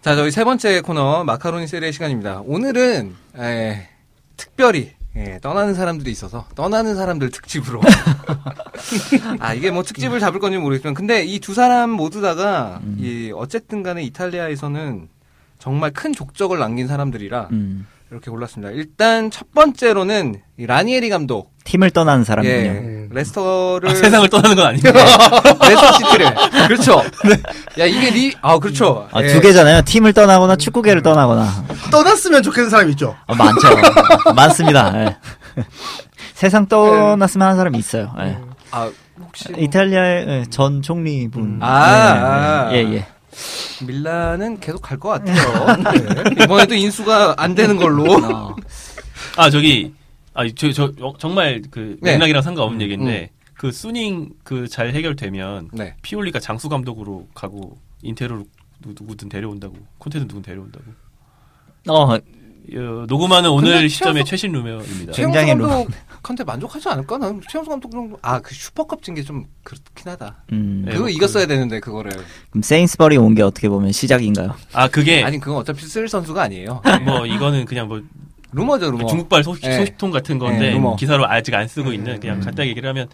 자, 저희 세 번째 코너 마카로니 세례 시간입니다. 오늘은 에, 특별히 예, 떠나는 사람들이 있어서 떠나는 사람들 특집으로. 아 이게 뭐 특집을 잡을 건지 모르겠지만, 근데 이 두 사람 모두다가 음. 이 어쨌든간에 이탈리아에서는 정말 큰 족적을 남긴 사람들이라 음. 이렇게 골랐습니다. 일단 첫 번째로는 이 라니에리 감독, 팀을 떠난 사람이군요. 네. 예, 레스터를 아, 세상을 떠나는 건 아니고. 레스터 시티를 그렇죠. 야 이게 리, 아 그렇죠. 아, 예. 두 개잖아요. 팀을 떠나거나 음. 축구계를 떠나거나. 떠났으면 좋겠는 사람 있죠. 아, 많죠. 많습니다. 예. 예. 세상 떠났으면 하는 사람이 있어요. 예. 아 혹시 뭐- 이탈리아의 예, 전 총리분. 음. 아, 예, 예. 밀란은 계속 갈 것 같아요. 네. 이번에도 인수가 안 되는 걸로. 어. 아, 저기. 아, 저, 저, 어, 정말 그 네. 음. 맥락이랑 상관없는 얘기인데, 그 수닝 그 잘 해결되면, 네. 피올리가 장수 감독으로 가고, 인테르로 누- 누구든 데려온다고, 콘테는 누군 데려온다고. 어, 어, 녹음하는 오늘 근데 시점의 최연소- 최신 루머입니다. 최- 최영수 굉장히 감독한테 만족하지 않을까? 나는 최영수 감독 정도 아그 슈퍼컵 진 게 좀 그렇긴 하다. 음. 네, 그거 뭐 이겼어야 되는데 그거를. 그럼 세인스버리 온 게 어떻게 보면 시작인가요? 아, 그게, 아니 그러니까 그건 어차피 쓸 선수가 아니에요. 뭐, 이거는 그냥 뭐, 루머죠 루머. 중국발 소식, 네. 소식통 같은 건데 네, 루머. 음, 기사로 아직 안 쓰고 있는 그냥 간단히 얘기를 하면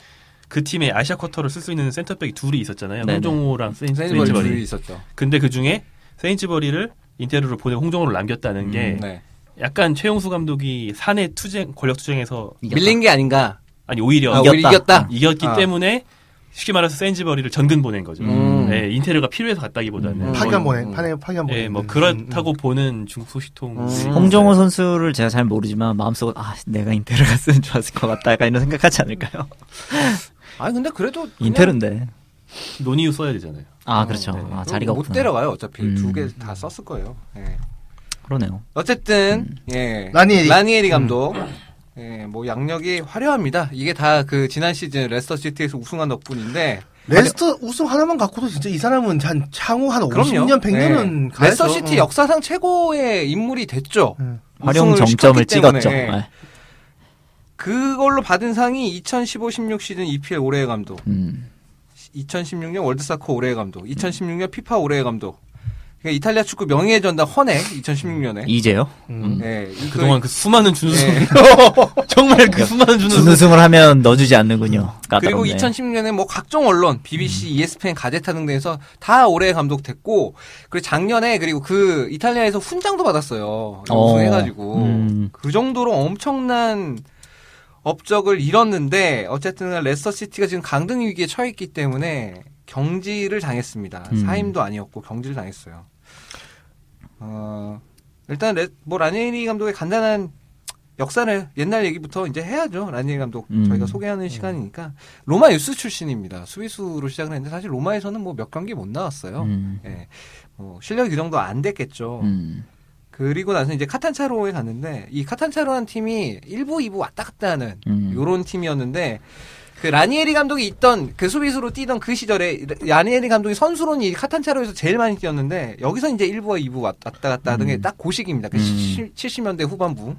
그 팀에 아시아 쿼터를 쓸 수 있는 센터백이 둘이 있었잖아요. 네네. 홍정호랑 세인- 세인버리 둘이 세인츠버리. 있었죠. 근데 그 중에 세인츠버리를 인테르로 보내고 홍정호를 남겼다는 게 네. 약간 최용수 감독이 사내 투쟁 권력 투쟁에서 밀린 게 아닌가? 아니 오히려 아, 오히려 이겼다. 이겼기 아. 때문에 쉽게 말해서 세인츠버리를 전근 보낸 거죠. 음. 예, 인테르가 필요해서 갔다기보다는 음. 파견 보내, 음. 파견, 파견 보내. 예, 뭐 음, 그렇다고 보는 중국 소식통 네, 음. 홍정호 선수를 제가 잘 모르지만 마음속으로 아 내가 인테르 갔으면 좋았을 것 같다 약간 이런 생각하지 않을까요? 아니 근데 그래도 그냥 인테르인데 네, 논의유 써야 되잖아요. 아 그렇죠 네. 아 자리가 못 없구나 데려가요 어차피 음. 두 개 다 썼을 거예요. 예. 그러네요 어쨌든 예 음. 라니에리. 감독 예, 뭐 양력이 화려합니다. 이게 다 그 지난 시즌 레스터 시티에서 우승한 덕분인데 음. 레스터 우승 하나만 갖고도 진짜 이 사람은 한 향후 한 아, 50년, 100년은 예, 레스터 시티 역사상 최고의 인물이 됐죠. 음. 활용 우승을 정점을 시켰기 때문에, 찍었죠 예. 네. 그걸로 받은 상이 2015-16 시즌 EPL 올해의 감독, 음. 2016년 월드사커 올해의 감독, 2016년 피파 올해의 감독. 그러니까 이탈리아 축구 명예의 전당 헌해 2016년에. 이제요 음. 예, 이- 그동안 그 수많은 준우승 예. 정말 그러니까 그 수많은 준우승 준우승을 하면 넣어주지 않는군요 음. 그리고 까다롭네 음. 2016년에 뭐 각종 언론, BBC, ESPN, 가제타 등등에서 다 올해 감독 됐고, 그리고 작년에 그리고 그 이탈리아에서 훈장도 받았어요. 어. 우승해가지고 음. 그 정도로 엄청난 업적을 잃었는데 어쨌든 레스터 시티가 지금 강등 위기에 처했기 때문에 경지를 당했습니다. 음. 사임도 아니었고 경지를 당했어요. 어, 일단 레, 뭐 라니에리 감독의 간단한 역사를 옛날 얘기부터 이제 해야죠. 라니에리 감독 음. 저희가 소개하는 시간이니까 로마 유스 출신입니다. 수비수로 시작을 했는데 사실 로마에서는 뭐 몇 경기 못 나왔어요. 음. 예. 뭐 실력이 그 정도 안 됐겠죠. 음. 그리고 나서 이제 카탄차로에 갔는데 이 카탄차로라는 팀이 1부, 2부 왔다 갔다 하는 음. 요런 팀이었는데 그 라니에리 감독이 있던 그 수비수로 뛰던 그 시절에 라니에리 감독이 선수로는 이 카탄차로에서 제일 많이 뛰었는데 여기서 이제 1부와 2부 왔다 갔다 하는 게 딱 고식입니다. 그 음. 시- 70년대 후반부.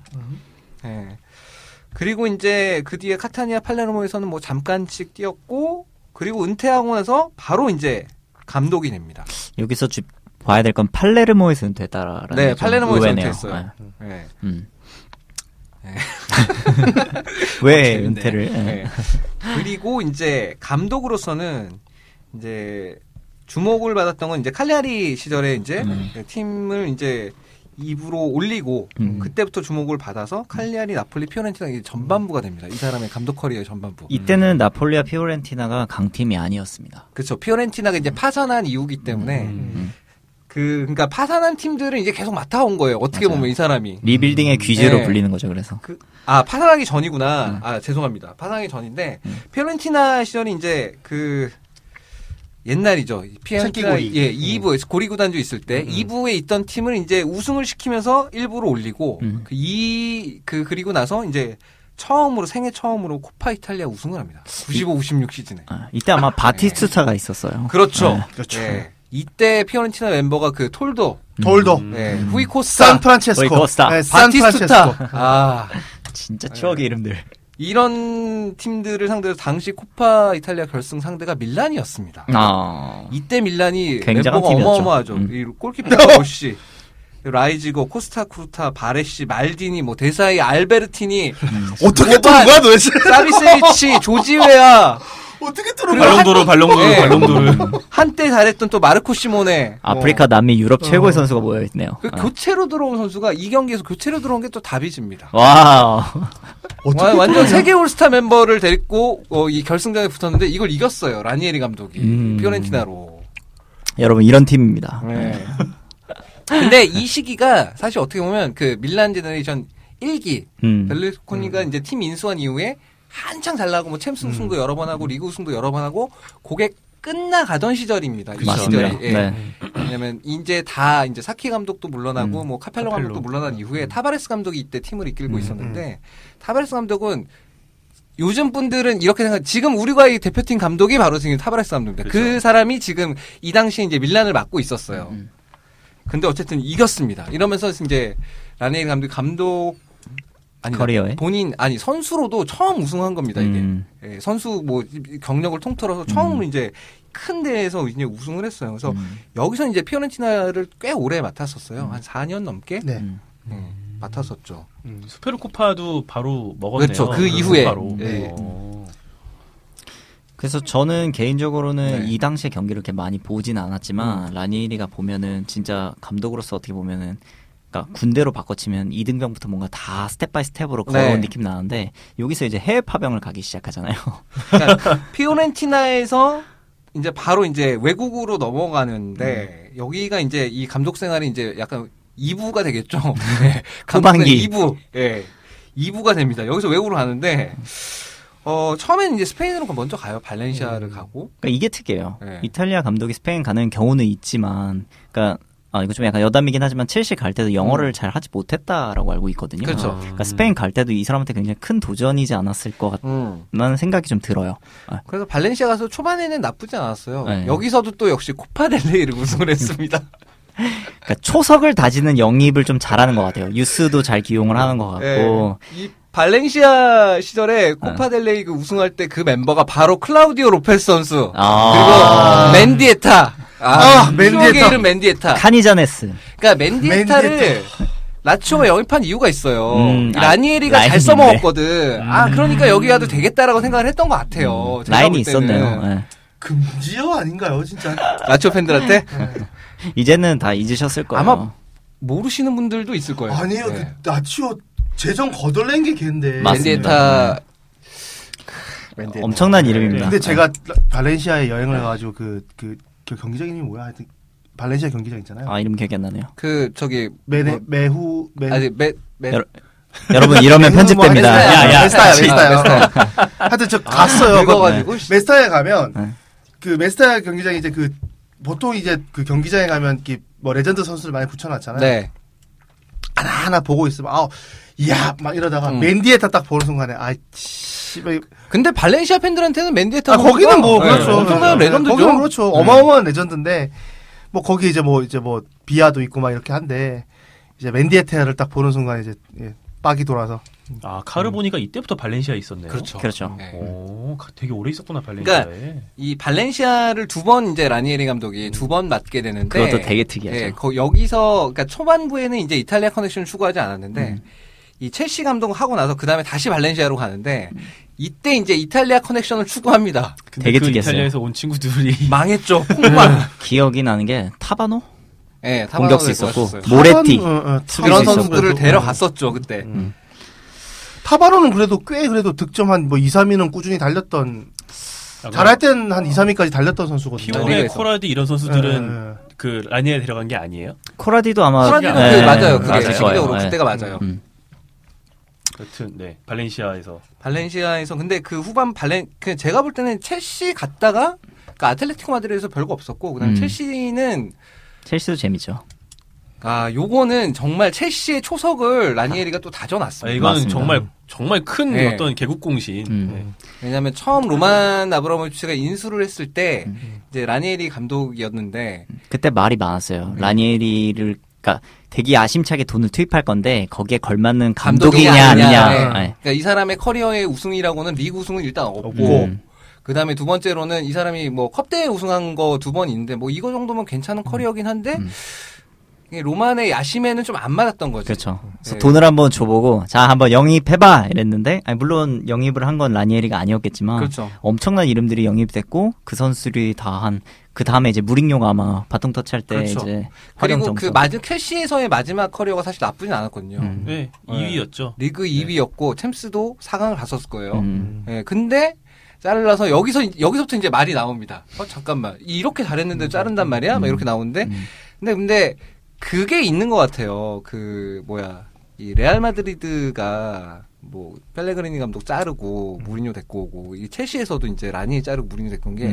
예. 그리고 이제 그 뒤에 카타니아 팔레르모에서는 뭐 잠깐씩 뛰었고 그리고 은퇴하고 나서 바로 이제 감독이 됩니다. 여기서 주, 봐야 될 건 팔레르모에서 은퇴했다라는 네, 게좀 팔레르모에서 의외네요. 은퇴했어요. 예. 예. 음. 네. 아, 왜 재밌네. 은퇴를 예. 네. 그리고 이제 감독으로서는 이제 주목을 받았던 건 이제 칼리아리 시절에 이제 네, 팀을 이제 2부로 올리고 네. 음. 그때부터 주목을 받아서 칼리아리, 나폴리, 피오렌티나 이게 전반부가 됩니다. 이 사람의 감독 커리어의 전반부. 이때는 나폴리와 피오렌티나가 강팀이 아니었습니다 그렇죠. 피오렌티나가 이제 파산한 이후기 때문에 음. 그 그러니까 파산한 팀들은 이제 계속 맡아온 거예요. 어떻게 맞아요. 보면 이 사람이. 리빌딩의 귀재로 예. 불리는 거죠 그래서 그, 아, 파산하기 전이구나. 음. 아, 죄송합니다. 파산하기 전인데, 피오렌티나 시절이 이제 그, 옛날이죠. 이 피오렌티나, 새끼고리. 음. 예, 2부에서 고리구단주 있을 때, 2부에 있던 팀을 이제 우승을 시키면서 1부로 올리고, 음. 그 2, 그, 그리고 나서 이제 처음으로, 생애 처음으로 코파 이탈리아 우승을 합니다. 95, 56 시즌에. 아, 이때 아마 바티스타가 있었어요 네. 그렇죠. 그렇죠. 예. 이때 피오렌티나 멤버가 그 톨도, 돌도. 예, 후이코스타, 음. 산프란체스코. 거의 거스타. 네, 산프란체스코. 바티스타. 아, 진짜 추억의 이름들 이런 팀들을 상대로 당시 코파 이탈리아 결승 상대가 밀란이었습니다. 아. 이때 밀란이 굉장한 멤버가 팀이었죠. 어마어마하죠. 음. 이 골키퍼 오시, 라이지고, 코스타쿠르타, 바레시, 말디니, 뭐 데사이, 알베르티니, 어떻게 뚫은 거야 도대체? 사비세비치, 조지웨아, 뭐, 어떻게 뚫은 거야? 발롱도르, 발롱도르, 네. 발롱도르. 한때 잘했던 또 마르코 시모네. 아프리카, 남미, 유럽 최고의 선수가 모여있네요. 그 교체로 들어온 선수가 이 경기에서 교체로 들어온 게 또 다비지입니다. 와 와- 완전 세계 올스타 멤버를 데리고 어, 이 결승전에 붙었는데 이걸 이겼어요 라니에리 감독이 음. 피오렌티나로. 여러분, 이런 팀입니다. 네. 근데 이 시기가 사실 어떻게 보면 그 밀란 제너레이션 1기 음. 벨루코니가 이제 팀 인수한 이후에 한창 잘 나고 뭐 챔스 우승도 여러 번 하고 리그 우승도 여러 번 하고 그게 끝나가던 시절입니다. 이 맞습니다. 시절이. 예. 네. 왜냐면 이제 다 이제 사키 감독도 물러나고 음. 뭐 카펠로, 카펠로. 감독도 물러난 이후에 타바레스 감독이 이때 팀을 이끌고 음. 있었는데 타바레스 감독은 요즘 분들은 이렇게 생각 지금 우리과의 대표팀 감독이 바로 지금 타바레스 감독입니다. 그 그렇죠. 사람이 지금 이 당시에 이제 밀란을 맡고 있었어요. 음. 근데 어쨌든 이겼습니다. 이러면서 이제 라네일 감독 감독 아니 그러니까 커리어에? 본인 아니 선수로도 처음 우승한 겁니다. 이게 음. 예, 선수 뭐 경력을 통틀어서 처음 이제 큰 대회에서 이제 우승을 했어요. 그래서 음. 여기서 이제 피오렌티나를 꽤 오래 맡았었어요. 한 4년 넘게 네. 음. 음, 맡았었죠. 수페르코파도 바로 먹었네요. 그렇죠. 그 이후에. 바로. 네. 어. 그래서 저는 개인적으로는 네. 음. 이 당시의 경기를 이렇게 많이 보진 않았지만 라니에리가 보면은 진짜 감독으로서 어떻게 보면은 그러니까 군대로 바꿔치면 이등병부터 뭔가 다 스텝 바이 스텝으로 걸어온 네. 느낌 나는데 여기서 이제 해외 파병을 가기 시작하잖아요. 그러니까 피오렌티나에서 이제 바로 이제 외국으로 음. 넘어가는데 여기가 이제 이 감독 생활이 이제 약간 2부가 되겠죠. 네. 감독 생활 후반기. 2부. 예. 2부가 됩니다. 여기서 외국으로 가는데 어, 처음에는 이제 스페인으로 먼저 가요. 발렌시아를 가고. 그러니까 이게 특이해요. 네. 이탈리아 감독이 스페인 가는 경우는 있지만, 그러니까 아, 이거 좀 약간 여담이긴 하지만 첼시 갈 때도 영어를 잘 하지 못했다라고 알고 있거든요. 음. 그렇죠. 러니까 스페인 갈 때도 이 사람한테 굉장히 큰 도전이지 않았을 것 음. 같다는 생각이 좀 들어요. 아, 그래서 발렌시아 가서 초반에는 나쁘지 않았어요. 네. 여기서도 또 역시 코파델레이를 우승을 했습니다. 그러니까 초석을 다지는 영입을 좀 잘하는 것 같아요. 유스도 잘 기용을 하는 것 같고, 예. 이 발렌시아 시절에 코파델레이그 우승할 때 그 멤버가 바로 클라우디오 로페스 선수 아. 그리고 맨디에타 아, 아, 맨디에타 맨디에타. 이름 맨디에타 카니자네스. 그러니까 맨디에타를 라치오가 영입한 이유가 있어요. 음, 아, 라니에리가 잘 라인인데. 써먹었거든. 아, 그러니까 여기 와도 되겠다라고 생각을 했던 것 같아요. 어, 제가 음, 라인이 볼 때는. 있었네요. 예. 금지어 아닌가요 진짜? 라치오 팬들한테 네. 이제는 다 잊으셨을 거예요. 아마 모르시는 분들도 있을 거예요. 아니에요. 네. 그 나치오 재정 거덜낸 게 걔인데. 맨디에타. 맨디에타. 엄청난 이름입니다. 네. 근데 제가 발렌시아에 여행을 가가지고 그, 그, 그 경기장 이름이 뭐야? 하여튼 발렌시아 경기장 있잖아요. 아, 이름 기억이 안 나네요. 그 저기 메네, 뭐, 메후, 메 아니 메 메- 여러- 여러분 네. 이러면 편집됩니다. 뭐 야, 야, 메스타야, 같이. 메스타야. 아, 메스타야. 하여튼 저 아, 갔어요. 늙어가지고 씨. 메스타에 가면 네. 그 메스타 경기장 이제 그 보통 이제 그 경기장에 가면 이렇게 뭐 레전드 선수를 많이 붙여놨잖아요. 네. 하나 하나 보고 있으면 아우 이야 막 이러다가 음. 맨디에타 딱 보는 순간에 아 씨발 근데 발렌시아 팬들한테는 맨디에타 아, 거기는 뭐 네, 그렇죠. 엄청난 네, 레전드죠. 거기는 그렇죠. 어마어마한 레전드인데 뭐 거기 이제 뭐 이제 뭐 비아도 있고 막 이렇게 한데 이제 맨디에테를 딱 보는 순간 이제 예, 빡이 돌아서 아 카르보니가 이때부터 발렌시아에 있었네요. 그렇죠. 네. 그러니까 오, 가- 되게 오래 있었구나 발렌시아에. 이 발렌시아를 두 번 이제 라니에리 감독이 두 번 맡게 되는데 그것도 되게 특이하죠. 예, 거- 여기서 그러니까 초반부에는 이제 이탈리아 커넥션을 추구하지 않았는데 이 첼시 감독 하고 나서 그 다음에 다시 발렌시아로 가는데 이때 이제 이탈리아 커넥션을 추구합니다. 근데 되게 그 특이했어요. 이탈리아에서 온 친구들이 망했죠. 폭망. 기억이 나는 게 타바노 예, 네, 공격수 있었고 모레티. 타반, 어, 어, 수비수 그런 타반 있었고. 선수들을 그래도- 데려갔었죠 그때. 타바로는 그래도 꽤 그래도 득점 한 뭐 2, 3위는 꾸준히 달렸던 잘할 땐 한 2, 3위까지 달렸던 선수거든요. 피오레 피오레, 리그에서. 네, 코라디 이런 선수들은 예, 예. 그 라니에 데려간 게 아니에요? 코라디도 아마 코란디도 네, 그 맞아요. 맞을 그게 거예요. 시기적으로 예. 그때가 맞아요. 음. 여튼 네 발렌시아에서 발렌시아에서 근데 그 후반 발렌 그 제가 볼 때는 첼시 갔다가 그 아틀레티코 마드리드에서 별거 없었고 그다음 에 음. 첼시는 첼시도 재밌죠. 아 요거는 정말 첼시의 초석을 라니에리가 또 다져놨습니다. 아, 이거는 맞습니다. 정말 정말 큰 네. 어떤 개국공신. 음. 왜냐하면 처음 로만 아브라모비치가 인수를 했을 때 음. 이제 라니에리 감독이었는데 음. 그때 말이 많았어요. 라니에리를 그러니까 되게 야심차게 돈을 투입할 건데 거기에 걸맞는 감독이 감독이냐 아니냐. 아니냐. 네. 네. 그러니까 이 사람의 커리어의 우승이라고는 리그 우승은 일단 없고 없고. 음. 그 다음에 두 번째로는 이 사람이 뭐 컵대회 우승한 거 두 번 있는데 뭐 이거 정도면 괜찮은 커리어긴 한데 음. 이게 로만의 야심에는 좀 안 맞았던 거지. 그렇죠. 그래서 네. 돈을 한번 줘보고 자 한번 영입해봐 이랬는데 아니, 물론 영입을 한 건 라니에리가 아니었겠지만 그렇죠. 엄청난 이름들이 영입됐고 그 선수들이 다 한 그 다음에 이제 무링요가 아마 바통 터치할 때 그렇죠. 이제 활용 그리고 점수 그 마지 캐시에서의 마지막 커리어가 사실 나쁘진 않았거든요. 음. 네, 네. 2위였죠. 리그 2위였고 챔스도 4강을 갔었을 거예요. 음. 예, 근데 잘라서 여기서 여기서부터 이제 말이 나옵니다. 어 잠깐만 이렇게 잘했는데 자른단 말이야? 막 이렇게 나오는데 음. 근데 근데 그게 있는 것 같아요. 그 뭐야 이 레알 마드리드가 뭐 펠레그리니 감독 자르고 무리뉴 데리고 오고 이 첼시에서도 이제 라니 자르고 무리뉴 데리고 온 게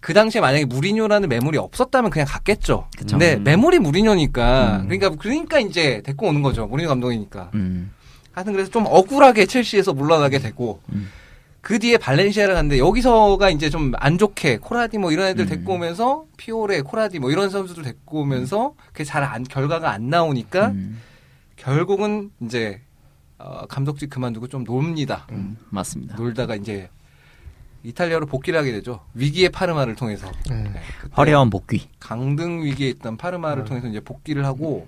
그 음. 당시에 만약에 무리뉴라는 매물이 없었다면 그냥 갔겠죠. 그쵸. 근데 음. 매물이 무리뉴니까 음. 그러니까 그러니까 이제 데리고 오는 거죠. 무리뉴 감독이니까. 음. 하여튼 그래서 좀 억울하게 첼시에서 물러나게 되고 음. 그 뒤에 발렌시아를 갔는데 여기서가 이제 좀 안 좋게 코라디 뭐 이런 애들 음. 데리고 오면서 피오레 코라디 뭐 이런 선수들 데리고 오면서 그게 잘 안 결과가 안 나오니까 음. 결국은 이제 어, 감독직 그만두고 좀 놉니다. 음. 맞습니다. 놀다가 이제 이탈리아로 복귀를 하게 되죠. 위기의 파르마를 통해서 네. 네, 그때 화려한 복귀. 강등 위기에 있던 파르마를 통해서 이제 복귀를 하고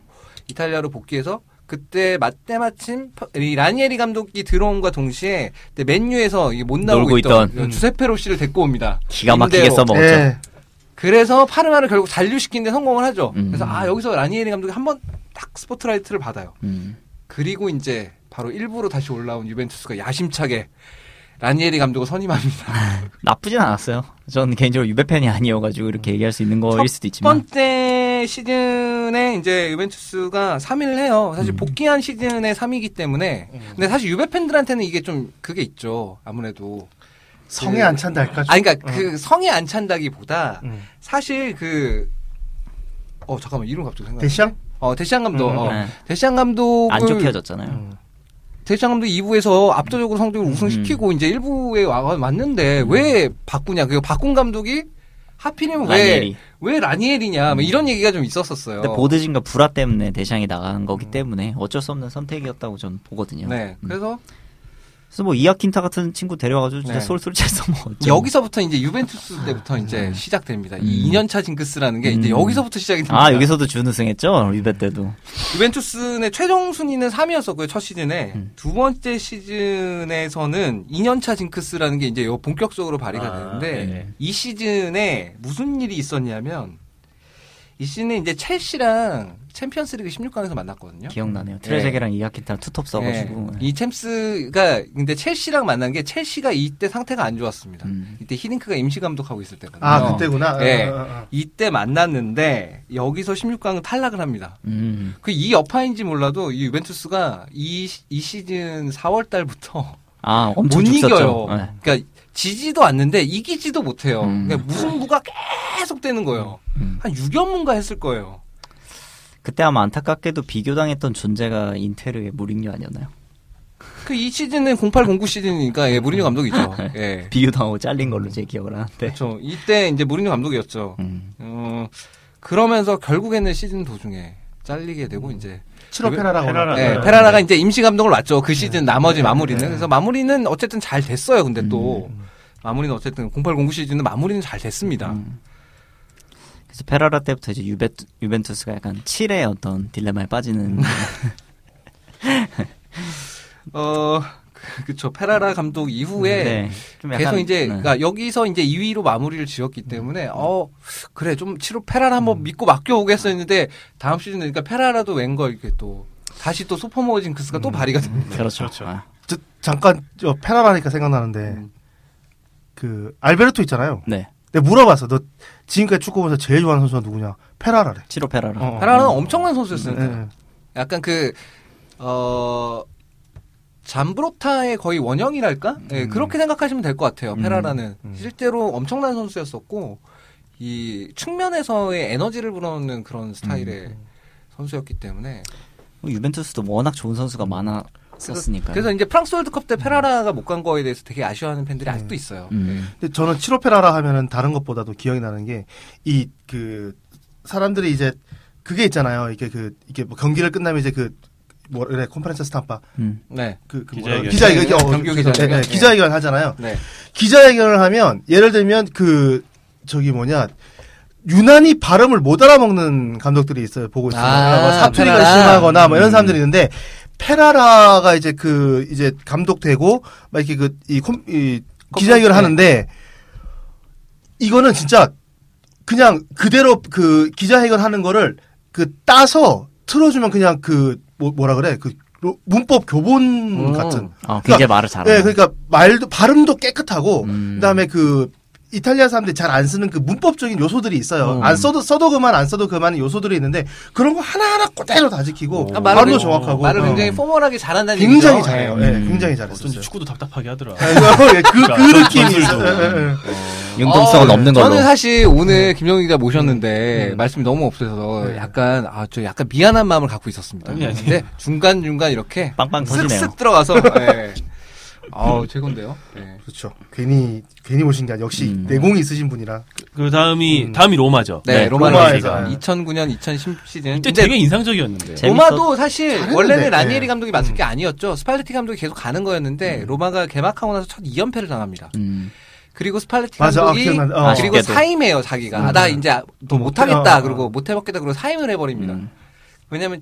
이탈리아로 복귀해서 그때 맞때 마침 파- 이 라니에리 감독이 들어옴과 동시에 그때 맨유에서 이게 못 나오고 놀고 있던, 있던. 음. 주세페 로시를 데리고 옵니다. 기가 막히게 임대로. 써먹었죠. 예. 그래서 파르마를 결국 잔류시키는데 성공을 하죠. 음. 그래서 아 여기서 라니에리 감독이 한 번 딱 스포트라이트를 받아요. 음. 그리고 이제 바로 일부로 다시 올라온 유벤투스가 야심차게 라니에리 감독을 선임합니다. 나쁘진 않았어요. 저는 개인적으로 유배 팬이 아니어가지고 이렇게 얘기할 수 있는 거일 첫 수도 있지만. 번째 시즌에 이제 유벤투스가 3위를 해요. 사실 음. 복귀한 시즌에 3위이기 때문에. 음. 근데 사실 유베 팬들한테는 이게 좀 그게 있죠. 아무래도. 성에 안 찬다 할까? 아, 그러니까 그 성에 안 찬다기보다 그렇죠. 음. 사실 그, 어, 잠깐만, 이름 갑자기 생각나. 대시앙? 어, 대시안 감독. 음. 어. 네. 대시안 감독. 안 좋게 네. 헤어졌잖아요. 음. 대시안 감독 2부에서 압도적으로 성적을 음. 우승시키고 이제 1부에 와, 왔는데 왜 바꾸냐. 그리고 바꾼 감독이 하필이면 왜 라니엘이. 음. 왜 라니엘이냐 뭐 이런 얘기가 좀 있었었어요. 근데 보드진과 불화 때문에 대샹이 나간 거기 때문에 어쩔 수 없는 선택이었다고 저는 보거든요. 네, 음. 그래서 그래서 뭐 이아킨타 같은 친구 데려와가지고 진짜 네. 솔솔 잘 써먹었죠. 여기서부터 이제 유벤투스 때부터 이제 시작됩니다. 이 아, 음. 2년차 징크스라는 게 이제 음. 여기서부터 시작이 됩니다. 아 여기서도 준우승했죠 유배 때도. 유벤투스의 최종 순위는 3위였었고요 첫 시즌에 음. 두 번째 시즌에서는 2년차 징크스라는 게 이제 요 본격적으로 발휘가 아, 되는데 네네. 이 시즌에 무슨 일이 있었냐면 이 시즌에 이제 첼시랑 챔피언스리그 16강에서 만났거든요. 기억나네요. 네. 트레제게랑 이아킨타 투톱 써가지고. 네. 이 챔스가 그러니까 근데 첼시랑 만난 게 첼시가 이때 상태가 안 좋았습니다. 음. 이때 히딩크가 임시 감독하고 있을 때거든요. 아, 그때구나. 예. 어, 어, 어. 이때 만났는데 여기서 16강은 탈락을 합니다. 음. 그 이 여파인지 몰라도 이 유벤투스가 이, 시- 이 시즌 4월 달부터 아 엄청 못 이겨요. 죽었죠. 네. 그러니까 지지도 않는데 이기지도 못해요. 음. 그러니까 무승부가 계속 되는 거예요. 음. 한 6연문가 했을 거예요. 그때 아마 안타깝게도 비교당했던 존재가 인테르의 무링류 아니었나요? 그 이 시즌은 0809 시즌이니까 예, 무리뉴 감독이죠. 네. 예. 비교당하고 잘린 걸로 제 기억을 하는데. 그렇죠. 이때 이제 무리뉴 감독이었죠. 음. 어, 그러면서 결국에는 시즌 도중에 잘리게 되고 이제 칠호 페라라고. 페라라. 네, 네. 페라라가 이제 임시 감독을 맡죠. 그 시즌 나머지 마무리는 네. 그래서 마무리는 어쨌든 잘 됐어요. 근데 또 마무리는 어쨌든 0809 시즌은 마무리는 잘 됐습니다. 음. 그래서 페라라 때부터 이제 유베, 유벤투스가 약간 7의 어떤 딜레마에 빠지는 어 그- 그쵸 페라라 감독 이후에 네, 좀 약간, 계속 이제 네. 음. 그러니까 여기서 이제 2위로 마무리를 지었기 때문에 어 그래 좀 치료 페라라 한번 믿고 맡겨오겠어 했는데 다음 시즌 되니까 페라라도 웬걸 이렇게 또 다시 또 소포머 징크스가 또 발휘가 됩니다. 그렇죠. 그렇죠. 아, 저, 잠깐 저 페라라니까 생각나는데 그 알베르토 있잖아요. 네. 내가 물어봤어. 너 지금까지 축구 보면서 제일 좋아하는 선수가 누구냐? 페라라래. 치로 페라라. 어. 페라라는 엄청난 선수였으니까 네. 예, 예. 약간 그, 어, 잠브로타의 거의 원형이랄까? 음. 예, 그렇게 생각하시면 될 것 같아요, 음. 페라라는. 실제로 엄청난 선수였었고, 이 측면에서의 에너지를 불어넣는 그런 스타일의 음. 선수였기 때문에. 뭐 유벤투스도 워낙 좋은 선수가 음. 많았었으니까. 그래서 이제 프랑스 월드컵 음. 때 페라라가 못 간 거에 대해서 되게 아쉬워하는 팬들이 아직도 있어요. 음. 근데 저는 칠호 페라라 하면은 다른 것보다도 기억이 나는 게 이 그 사람들이 이제 그게 있잖아요. 이게 그 이게 뭐 경기를 끝나면 이제 그 뭐래 컨퍼런스 스타파 음. 네. 그, 그 기자회견. 기자회견 기자회견, 어, 경기 그, 기자회견. 네, 네, 예. 기자회견 하잖아요. 네. 기자회견을 하면 예를 들면 그 저기 뭐냐 유난히 발음을 못 알아먹는 감독들이 있어요 보고 있으면 아, 뭐 사투리가 페라라. 심하거나 뭐 음. 이런 사람들이 있는데 페라라가 이제 그 이제 감독 되고 막 이렇게 그이 이 기자회견을 컴퓨터, 하는데 이거는 진짜 그냥 그대로 그 기자회견 하는 거를 그 따서 틀어주면 그냥 그 뭐, 뭐라 그래 그 로- 문법 교본 음. 같은 어, 굉장히 말을 잘하네. 네, 그러니까 말도 발음도 깨끗하고 음. 그다음에 그 이탈리아 사람들이 잘 안 쓰는 그 문법적인 요소들이 있어요. 음. 안 써도 써도 그만 안 써도 그만 요소들이 있는데 그런 거 하나하나 그대로 다 지키고 아, 말을 발음도 굉장히- 정확하고 말을 어. 굉장히 포멀하게 잘한다는 굉장히 얘기죠. 잘해요. 예. 예, 음. 굉장히 잘했어요. 어쩐지 축구도 답답하게 하더라. 예, 그, 그 그러니까 느낌이 전술도. 있어요. 예, 예, 예. 그- 융통성은 어, 없는 걸로. 저는 사실 오늘 김영희가 모셨는데 말씀이 너무 없으셔서 약간 아 저 약간 미안한 마음을 갖고 있었습니다. 아니, 아니. 근데 중간 중간 이렇게 빵빵 터지네요. 쓱쓱 들어가서 예. 아우 최고인데요. 예. 그렇죠. 괜히 괜히 오신 게 아니라 역시 음. 내공이 있으신 분이라 그 다음이 다음이 로마죠. 네, 네, 로마를 로마에서. 제가 2009년 2010 시즌. 이때 근데 되게 인상적이었는데. 제- 로마도 사실 잘했는데, 원래는 예. 라니에리 감독이 맡을 게 아니었죠. 스팔레티 감독이 계속 가는 거였는데 로마가 개막하고 나서 첫 2연패를 당합니다. 음. 그리고 스팔레티 맞아, 아, 감독이 기억난다. 어. 그리고 아쉽게도. 사임해요 자기가 아, 나 이제 더 어, 못하겠다 어. 그리고 못해먹겠다 그러고 사임을 해버립니다. 음. 왜냐면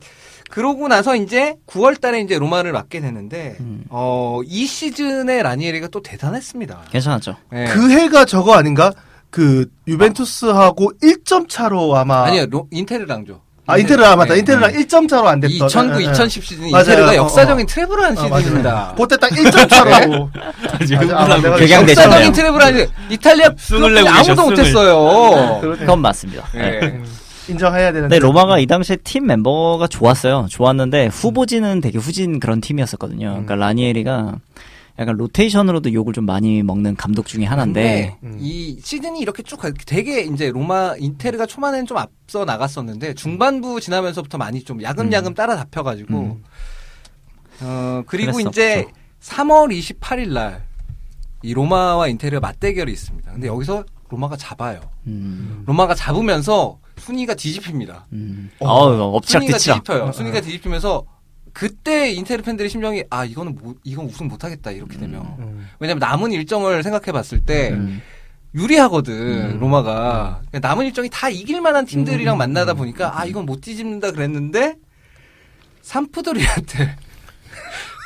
그러고 나서 이제 9월달에 이제 로마를 맡게 되는데 음. 어 이 시즌에 라니에리가 또 대단했습니다. 괜찮았죠. 예. 그 해가 저거 아닌가? 그 유벤투스하고 1점 차로 아마 아니요 로- 인테르랑죠. 아 인테르 아 맞다 예. 인테르랑 1점 차로 안 됐던 2009, 예, 예. 2010 시즌이 맞아요. 인테르가 어, 역사적인 어. 트래블을 한 아, 시즌입니다. 맞아요. 그때 딱 1점 차로 네. 지금 아, 맞아, 맞아. 격양 되셨네요. 역사적인 트래블을 한 시즌. 이탈리아 승을 클럽들이 내고 아무도 계셔, 승을. 못했어요. 그건 맞습니다. 아, 네. 예. 인정해야 되는데 근데 네, 로마가 이 당시에 팀 멤버가 좋았어요. 좋았는데 음. 후보진은 되게 후진 그런 팀이었었거든요. 그러니까 라니에리가 약간 로테이션으로도 욕을 좀 많이 먹는 감독 중에 하나인데 근데 이 시즌이 이렇게 쭉 가- 되게 이제 로마 인테르가 초반에는 좀 앞서 나갔었는데 중반부 지나면서부터 많이 좀 음. 야금야금 따라 잡혀가지고 어 그리고 그랬었죠. 이제 3월 28일 날 이 로마와 인테르 맞대결이 있습니다. 근데 여기서 로마가 잡아요. 음, 로마가 잡으면서 순위가 뒤집힙니다. 음. 어. 어우 어. 순위가 엎치락뒤치락 뒤집혀요. 순위가 뒤집히면서 그때 인테르 팬들의 심정이 아 이거는 못- 이건 우승 못하겠다 이렇게 되면 음. 왜냐면 남은 일정을 생각해봤을 때 음. 유리하거든 로마가 그러니까 남은 일정이 다 이길 만한 음, 팀들이랑 만나다 보니까 아 이건 못 뒤집는다 그랬는데 산푸드리한테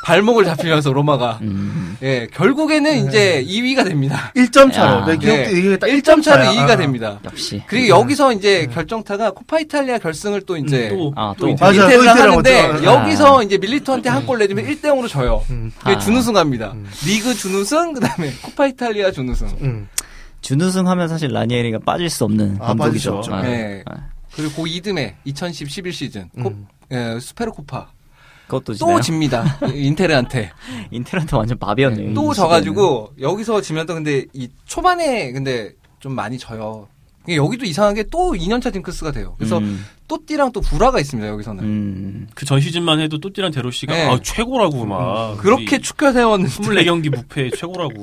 발목을 잡히면서 로마가 음. 예 결국에는 이제 2위가 됩니다. 예, 1점 차로. 야. 내 기억 이게 딱 1점 차로 차야. 2위가 아. 됩니다. 역시 그리고 여기서 음. 이제 결정타가 코파 이탈리아 결승을 또 이제 음, 또, 아, 또 또. 인테리어. 맞아요. 또 인테를 인테를 하는데 먼저. 여기서 이제 밀리토한테 한 골 내주면 1대 0으로 져요. 음. 그게 아. 준우승 갑니다. 리그 준우승 그다음에 코파 이탈리아 준우승. 음. 준우승 하면 사실 라니에리가 빠질 수 없는 아, 감독이죠. 빠질 수 없죠. 아, 네. 아. 그리고 고 이듬해 2010 11 시즌 코- 음. 예, 스페르코파 또 그것도 지나요? 집니다 이- 인테르한테 인테한테 완전 마비였네요. 또 이 져가지고 여기서 지면 또 근데 이 초반에 근데 좀 많이 져요. 이게 여기도 이상하게 또 2년차 징크스가 돼요. 그래서 네. 음. 또띠랑 또 불화가 있습니다 여기서는 시대에는. 음. 그전 시즌만 해도 또띠란 데로 씨가 네. 아, 최고라고 막 그렇게 축켜 세웠는데 24경기 무패 최고라고.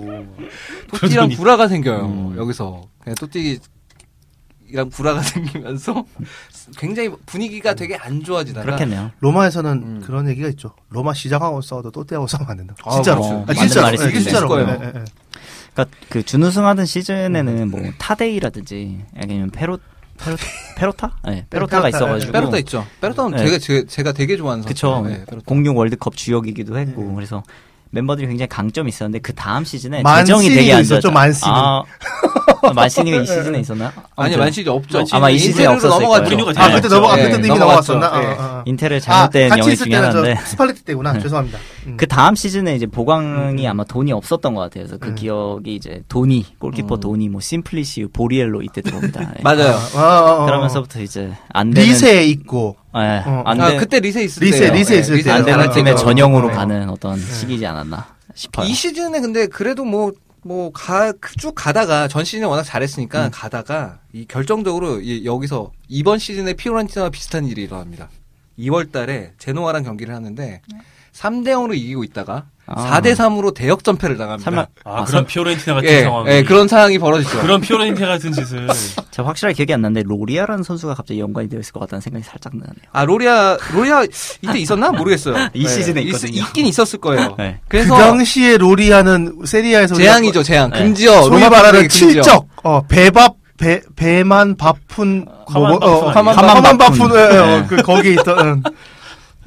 또띠랑 그러더니- 불화가 생겨요 음. 여기서 그냥 또띠랑 불화가 생기면서 굉장히 분위기가 되게 안 좋아지다가 그렇겠네요. 로마에서는 음. 그런 얘기가 있죠. 로마 시장하고 싸워도 또띠하고 싸우면 안 된다. 아, 진짜로. 그렇죠. 아, 맞는 진짜로. 말일 예, 수 있을 진짜로. 거예요. 예, 예, 예. 그러니까 그 준우승하던 시즌에는 음. 뭐 타데이라든지 아니면 페로 페로 페로타? 네, 페로타가 페로타, 있어가지고 빼로타 있죠 빼로타는 네. 제가, 제- 제가 되게 좋아하는 그쵸. 선수예요. 네, 빼로타. 06 월드컵 주역이기도 네. 했고 그래서 멤버들이 굉장히 강점이 있었는데 그 다음 시즌에 만시니도 재정이 되게 안 있었죠, 좋았죠. 만시니. 아, 만시니가 이 시즌에 있었나? 아니 아무튼 만시지 없죠. 아마 이 시즌에 인테르로 없었을 넘어갔죠. 거예요. 우리가 아, 네, 그때 넘어, 아, 예, 그때 이미 넘어갔죠. 넘어갔었나? 예. 아, 아. 인텔의 아, 잘못된 같이 영역 있을 중에 때는 하나인데 저 스팔레티 때구나. 죄송합니다. 음. 그 다음 시즌에 이제 보강이 아마 돈이 없었던 것 같아요. 그래서 음. 그 기억이 이제 돈이 골키퍼 어. 돈이 뭐 심플리시우 보리엘로 이때 들어옵니다. 예. 맞아요. 아, 아, 아, 아. 그러면서부터 이제 안 되는 리세 있고. 예, 어. 안, 아, 되, 그때 리세 있을 리세, 때요. 리세 예, 있을 때요. 안 되는 아, 팀의 아, 전형으로 아. 가는 어떤 시기지 않았나 싶어요. 네. 이 시즌에 근데 그래도 뭐 뭐 가 쭉 가다가 전 시즌에 워낙 잘했으니까 가다가 이 결정적으로 이- 여기서 이번 시즌에 피오란티나와 비슷한 일이 일어납니다. 2월달에 제노아랑 경기를 하는데 3대 0으로 이기고 있다가 아. 4대 3으로 대역 전패를 당합니다. 설마 아, 아, 그런 설- 피오렌티나 같은 예, 상황이 예, 그런 그런 상황이 벌어지죠. 피오렌티나 같은 짓을 제가 확실하게 기억이 안 나는데 로리아라는 선수가 갑자기 연관이 되어 있을 것 같다는 생각이 살짝 나네요. 아 로리아 로리아 이때 있었나 모르겠어요. 네, 이 시즌에 있- 있거든요. 있긴 있었을 거예요. 네. 그 그래서 당시에 로리아는 세리아에서 재앙이죠 재앙. 네. 금지어 소위 로마 말하는 발화를 칠적, 어, 배밥, 배, 배만 바푼, 화만 뭐, 어, 바푼 화만, 아니에요? 화만 화만 바푼, 바푼. 예, 어, 네. 그, 거기에 있던,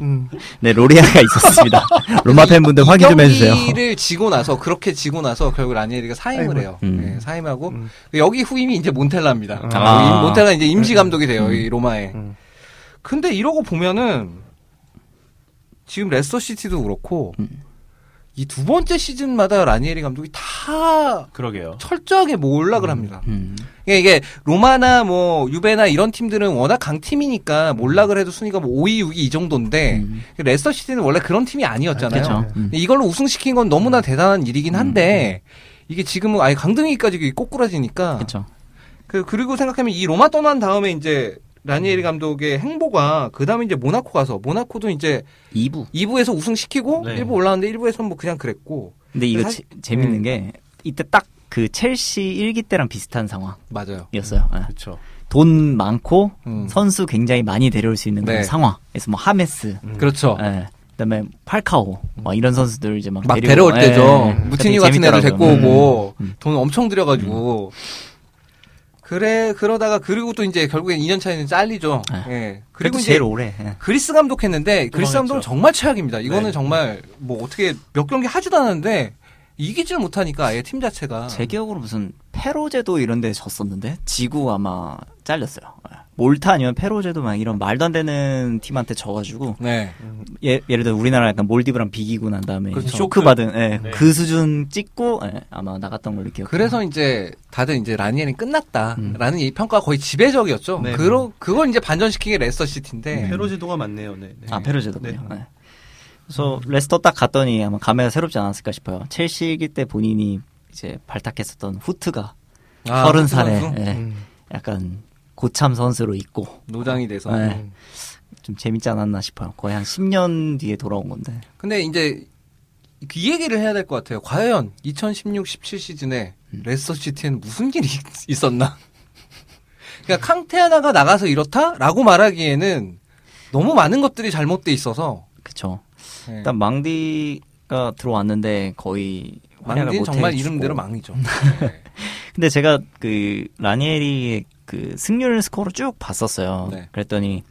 음, 네, 로리아가 있었습니다. 로마 팬분들 확인 좀 해주세요. 경기를 지고 나서 그렇게 지고 나서 결국 라니에리가 사임을 사임을. 해요. 음. 예, 사임하고 음. 여기 후임이 이제 몬텔라입니다. 아. 이 몬텔라 이제 임시 감독이 돼요 이 로마에. 음. 근데 이러고 보면은 지금 레스터 시티도 그렇고 음. 이 두 번째 시즌마다 라니에리 감독이 다 그러게요. 철저하게 몰락을 합니다. 음. 이게, 그러니까 이게 로마나 뭐 유베나 이런 팀들은 워낙 강팀이니까 몰락을 해도 순위가 뭐 5위, 6위 이 정도인데 그 음. 레스터 시티는 원래 그런 팀이 아니었잖아요. 네. 그렇죠. 음. 근데 이걸로 우승시킨 건 너무나 대단한 일이긴 한데 이게 지금은 아예 강등위까지 이게 꼬꾸라지니까 그렇죠. 그, 그리고 생각하면 이 로마 떠난 다음에 이제 라니에리 음. 감독의 행보가 그 다음에 이제 모나코 가서 모나코도 이제 2부. 2부에서 우승시키고 네. 1부 올라왔는데 1부에서는 뭐 그냥 그랬고 근데 이거 사실- 네. 제- 재밌는 게 이때 딱 그 첼시 1기 때랑 비슷한 상황이었어요. 맞아요. 예. 그렇죠. 돈 많고 음. 선수 굉장히 많이 데려올 수 있는 그런 네. 상황. 그래서 뭐 하메스, 그렇죠. 예. 그다음에 팔카오, 막 이런 선수들 이제 막, 막 데리고- 데려올 예, 때죠. 예. 무티뉴 되게 같은 애를 재밌더라고요. 데리고 음. 오고 돈 엄청 들여가지고 그래 그러다가 그리고 또 이제 결국엔 2년 차에는 잘리죠. 네. 예. 그래도 그리고 이제 제일 오래. 예. 그리스 감독 했는데 그리스 도망했죠. 감독은 정말 최악입니다. 이거는 네. 정말 뭐 어떻게 몇 경기 하지도 않았는데 이기지를 못하니까 아예 팀 자체가 제 기억으로 무슨 페로제도 이런 데 졌었는데 지구 아마 잘렸어요. 예. 몰타 아니면 페로제도 막 이런 말도 안 되는 팀한테 져가지고 네. 예, 예를 들어 우리나라 약간 몰디브랑 비기고 난 다음에 그렇죠. 쇼크 받은 예, 네. 그 수준 찍고 예, 아마 나갔던 걸로 기억. 그래서 이제 다들 이제 라니엘이 음. 끝났다라는 이 평가 가 거의 지배적이었죠. 네. 그러, 그걸 이제 반전시킨 게 레스터 시티인데 페로지도가 많네요. 네. 네. 아 페르제도군요. 네. 예. 그래서 레스터 딱 갔더니 아마 감회가 새롭지 않았을까 싶어요. 첼시기 때 본인이 이제 발탁했었던 후트가 아, 서른 후트 살에 선수? 예, 음. 약간 고참 선수로 있고 노장이 돼서 음. 예, 좀 재밌지 않았나 싶어요. 거의 한 10년 뒤에 돌아온 건데. 근데 이제 이 얘기를 해야 될 것 같아요. 과연 2016-17 시즌에 음. 레스터 시티는 무슨 일이 있- 있었나? 그러니까 캉테하나가 나가서 이렇다라고 말하기에는 너무 많은 것들이 잘못돼 있어서 그쵸. 예. 일단 망디가 들어왔는데 거의 활약을 망디는 못 정말 해주고. 네. 이름대로 망이죠. 근데 제가 그 라니에리의 그 승률 스코어를 쭉 봤었어요. 네. 그랬더니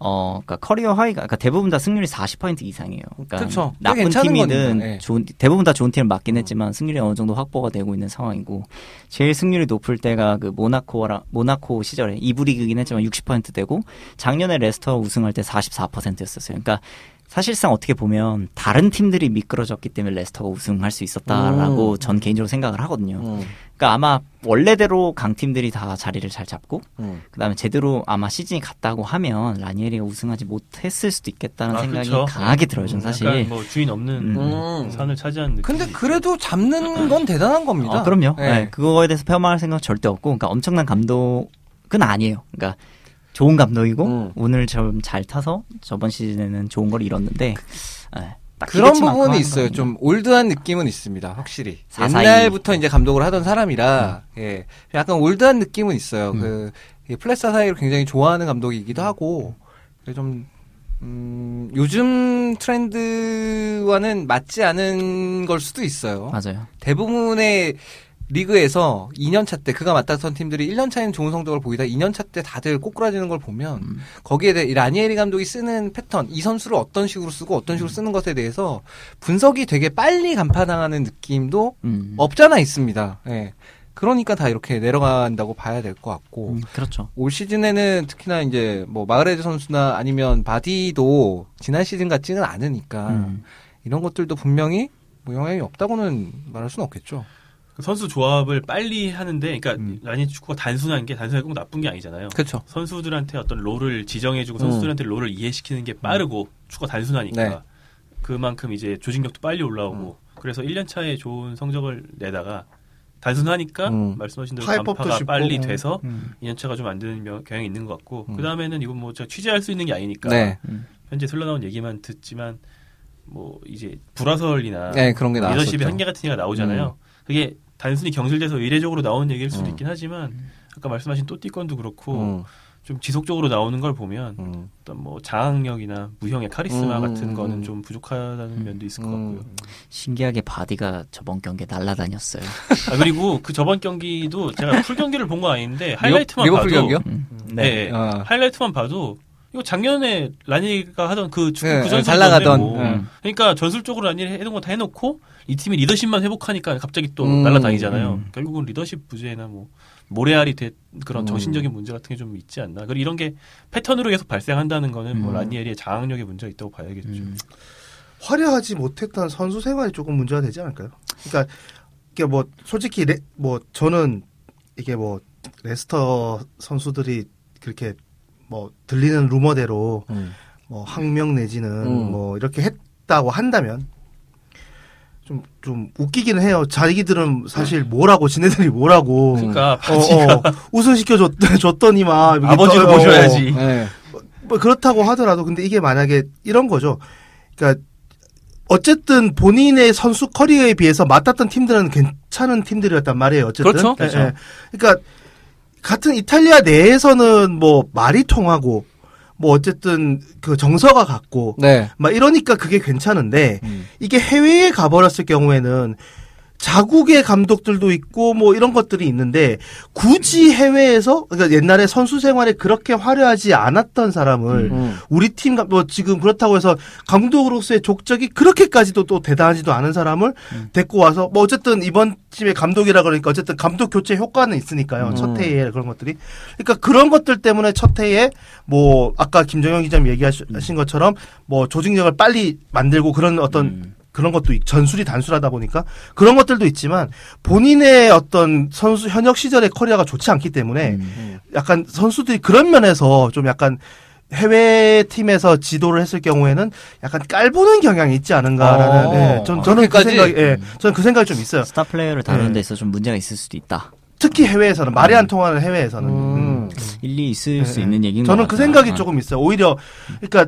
어, 그러니까 커리어 하이가 그러니까 대부분 다 승률이 40% 이상이에요. 그러니까 그쵸. 꽤 나쁜 괜찮은 음. 팀이든 거니까, 예. 좋은 대부분 다 좋은 팀을 맞긴 했지만 승률이 어느 정도 확보가 되고 있는 상황이고 제일 승률이 높을 때가 그 모나코라 모나코 시절에 이브리그긴 했지만 60% 되고 작년에 레스터 우승할 때 44%였었어요. 그러니까 사실상 어떻게 보면 다른 팀들이 미끄러졌기 때문에 레스터가 우승할 수 있었다라고 전 개인적으로 생각을 하거든요. 음, 그러니까 아마 원래대로 강팀들이 다 자리를 잘 잡고 음. 그다음에 제대로 아마 시즌이 갔다고 하면 라니에리가 우승하지 못했을 수도 있겠다는 아, 그렇죠. 생각이 그쵸. 강하게 들어요, 전 사실. 약간 뭐 주인 없는 음. 산을 차지한 느낌. 근데 그래도 잡는 건 대단한 겁니다. 어, 그럼요. 예. 네, 그거에 대해서 폄하할 생각 절대 없고, 그러니까 엄청난 감독은 아니에요. 그러니까 좋은 감독이고 음. 오늘 좀 잘 타서 저번 시즌에는 좋은 걸 잃었는데 예, 딱 그런 기대치만큼 부분이 하는 있어요. 거거든요. 좀 올드한 느낌은 있습니다. 확실히. 442. 옛날부터 이제 감독을 하던 사람이라 음. 예. 약간 올드한 느낌은 있어요. 그이 플랫사 사이를 굉장히 좋아하는 감독이기도 하고 그래서 좀 음, 요즘 트렌드와는 맞지 않은 걸 수도 있어요. 맞아요. 대부분의 리그에서 2년차 때 그가 맡았던 팀들이 1년차에는 좋은 성적을 보이다 2년차 때 다들 꼬꾸라지는 걸 보면 음. 거기에 대해 이 라니에리 감독이 쓰는 패턴 이 선수를 어떤 식으로 쓰고 어떤 식으로 쓰는 것에 대해서 분석이 되게 빨리 간파당하는 느낌도 음. 없잖아 있습니다. 예. 그러니까 다 이렇게 내려간다고 봐야 될 것 같고 음, 그렇죠. 올 시즌에는 특히나 이제 뭐 마그레즈 선수나 아니면 바디도 지난 시즌 같지는 않으니까 음. 이런 것들도 분명히 뭐 영향이 없다고는 말할 수는 없겠죠. 그 선수 조합을 빨리 하는데, 그러니까 음. 라니 축구가 단순한 게 단순하게 꼭 나쁜 게 아니잖아요. 그렇죠. 선수들한테 어떤 롤을 지정해주고 선수들한테 롤을 이해시키는 게 빠르고 축구가 단순하니까 음. 네. 음. 그만큼 이제 조직력도 빨리 올라오고 그래서 1년 차에 좋은 성적을 내다가 단순하니까 음. 말씀하신 대로 파이법도 간파가 쉽고. 빨리 음. 어? 돼서 음. 2년 차가 좀 안 되는 명- 경향이 있는 것 같고 음. 그러니까 그 다음에는 이건 뭐 제가 취재할 수 있는 게 아니니까 네. 음. 현재 흘러나온 얘기만 듣지만 뭐 이제 불화설이나 네, 그런 게 리더십의 나왔었죠. 한계 같은 얘기가 나오잖아요. 그게 단순히 경질돼서 이례적으로 나온 얘기일 수도 음. 있긴 하지만 아까 말씀하신 또띠건도 그렇고 음, 좀 지속적으로 나오는 걸 보면 음, 어떤 뭐 장악력이나 무형의 카리스마 음, 같은 거는 음. 좀 부족하다는 면도 있을 것 음. 같고요. 신기하게 바디가 저번 경기에 날아다녔어요. 아, 그리고 그 저번 경기도 제가 풀 경기를 본 건 아닌데 하이라이트만 리버- 봐도 리버풀 경기요? 음. 네. 네. 아. 하이라이트만 봐도 이거 작년에 라니가 하던 그 축구 네, 구전 잘 나가던, 뭐. 네. 그러니까 전술적으로 라니를 해둔 거 다 해놓고 이 팀이 리더십만 회복하니까 갑자기 또 음, 날라다니잖아요. 음. 결국은 리더십 부재나 뭐 모래알이 된 그런 음. 정신적인 문제 같은 게 좀 있지 않나. 그리고 이런 게 패턴으로 계속 발생한다는 거는 뭐 음. 라니엘의 장악력의 문제가 있다고 봐야겠죠. 음. 화려하지 못했던 선수 생활이 조금 문제가 되지 않을까요? 그러니까 이게 뭐 솔직히 레, 뭐 저는 이게 뭐 레스터 선수들이 그렇게 뭐 들리는 루머대로 음. 뭐 항명 내지는 음. 뭐 이렇게 했다고 한다면 좀 좀 웃기기는 해요. 자기들은 사실 뭐라고 지네들이 뭐라고 그러니까 어, 바지가 어, 우승 시켜줬더니만 어, 아버지를 모셔야지. 네. 뭐 그렇다고 하더라도 근데 이게 만약에 이런 거죠. 그러니까 어쨌든 본인의 선수 커리어에 비해서 맡았던 팀들은 괜찮은 팀들이었단 말이에요. 어쨌든. 그렇죠. 예, 그렇죠. 예. 그러니까 같은 이탈리아 내에서는 뭐 말이 통하고 뭐 어쨌든 그 정서가 같고 네. 막 이러니까 그게 괜찮은데 음. 이게 해외에 가버렸을 경우에는 자국의 감독들도 있고 뭐 이런 것들이 있는데 굳이 해외에서 그러니까 옛날에 선수 생활에 그렇게 화려하지 않았던 사람을 음. 우리 팀 뭐 지금 그렇다고 해서 감독으로서의 족적이 그렇게까지도 또 대단하지도 않은 사람을 데리고 와서 뭐 어쨌든 이번 팀의 감독이라 그러니까 어쨌든 감독 교체 효과는 있으니까요 음. 첫 해에 그런 것들이 그러니까 그런 것들 때문에 첫 해에 뭐 아까 김정영 기자님 얘기하신 것처럼 뭐 조직력을 빨리 만들고 그런 어떤 음. 그런 것도 있- 전술이 단순하다 보니까 그런 것들도 있지만 본인의 어떤 선수 현역 시절의 커리어가 좋지 않기 때문에 음. 음. 약간 선수들이 그런 면에서 좀 약간 해외 팀에서 지도를 했을 경우에는 약간 깔보는 경향이 있지 않은가라는 어. 예, 전, 아, 저는 그 그렇게까지? 생각이 예, 음. 저는 그 생각이 좀 있어요. 스타 플레이어를 다루는 네. 데 있어서 좀 문제가 있을 수도 있다. 특히 해외에서는 말이 안 통하는 해외에서는 음. 음. 일리 있을 네, 수 네. 있는 얘기인 것 저는 같아요. 그 생각이 어. 조금 있어요. 오히려 그러니까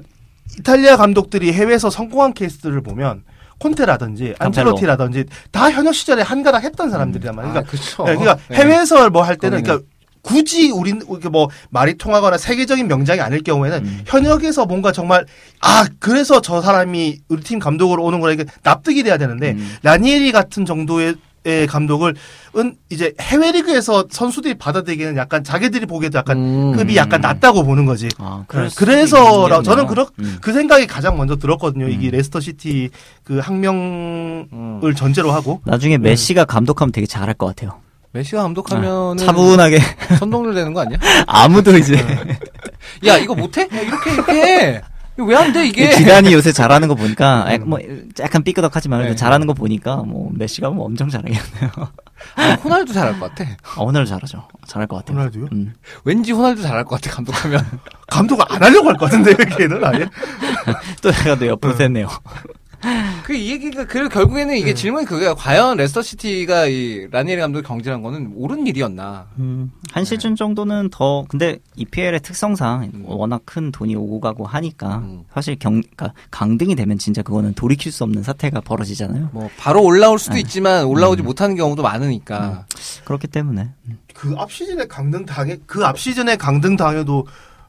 이탈리아 감독들이 해외에서 성공한 케이스들을 보면 콘테라든지 칸텔로. 음. 안첼로티라든지 다 현역 시절에 한가닥 했던 사람들이란 말이에요. 아, 그러니까, 그쵸. 예, 그러니까 네. 해외에서 뭐 할 그러네요. 때는 그러니까 굳이 우린 이렇게 뭐 말이 통하거나 세계적인 명장이 아닐 경우에는 음. 현역에서 뭔가 정말 아 그래서 저 사람이 우리 팀 감독으로 오는 거라 이게 납득이 돼야 되는데 음. 라니엘이 같은 정도의 의 감독을 은 이제 해외 리그에서 선수들이 받아들이기는 약간 자기들이 보기에도 약간 음. 급이 약간 낮다고 보는 거지. 아, 그럴 수도 네, 그래서 있겠네요. 저는 그렇- 음. 그 생각이 가장 먼저 들었거든요. 음. 이게 레스터 시티 그 항명을 음. 전제로 하고 나중에 메시가 감독하면 되게 잘할 것 같아요. 메시가 감독하면은 차분하게 선동률 되는 거 아니야? 아무도 이제 네. 야 이거 못해? 야, 이렇게 이렇게 왜 안 돼 이게? 기단이 요새 잘하는 거 보니까 아, 음. 뭐 약간 삐끄덕하지만 그래도 네. 잘하는 거 보니까 뭐 메시가 뭐 엄청 잘하겠네요. 아, 호날두 잘할 것 같아. 아, 오늘 잘하죠. 잘할 것 같아요. 호날두요? 음. 왠지 호날두 잘할 것 같아 감독하면. 감독 안 하려고 할 것 같은데 걔는 아예 또 제가 또 옆으로 샜네요. 그 이 얘기가 그리고 결국에는 이게 질문이 그거야. 과연 레스터 시티가 이 라니엘 감독이 경질한 거는 옳은 일이었나? 네. 한 시즌 정도는 더 근데 EPL의 특성상 워낙 큰 돈이 오고 가고 하니까 음. 사실 경 그러니까 강등이 되면 진짜 그거는 돌이킬 수 없는 사태가 벌어지잖아요. 뭐 바로 올라올 수도 있지만 올라오지 못하는 경우도 많으니까. 그렇기 때문에 그 앞 시즌에 강등 당해 그 앞 시즌에 강등 당해도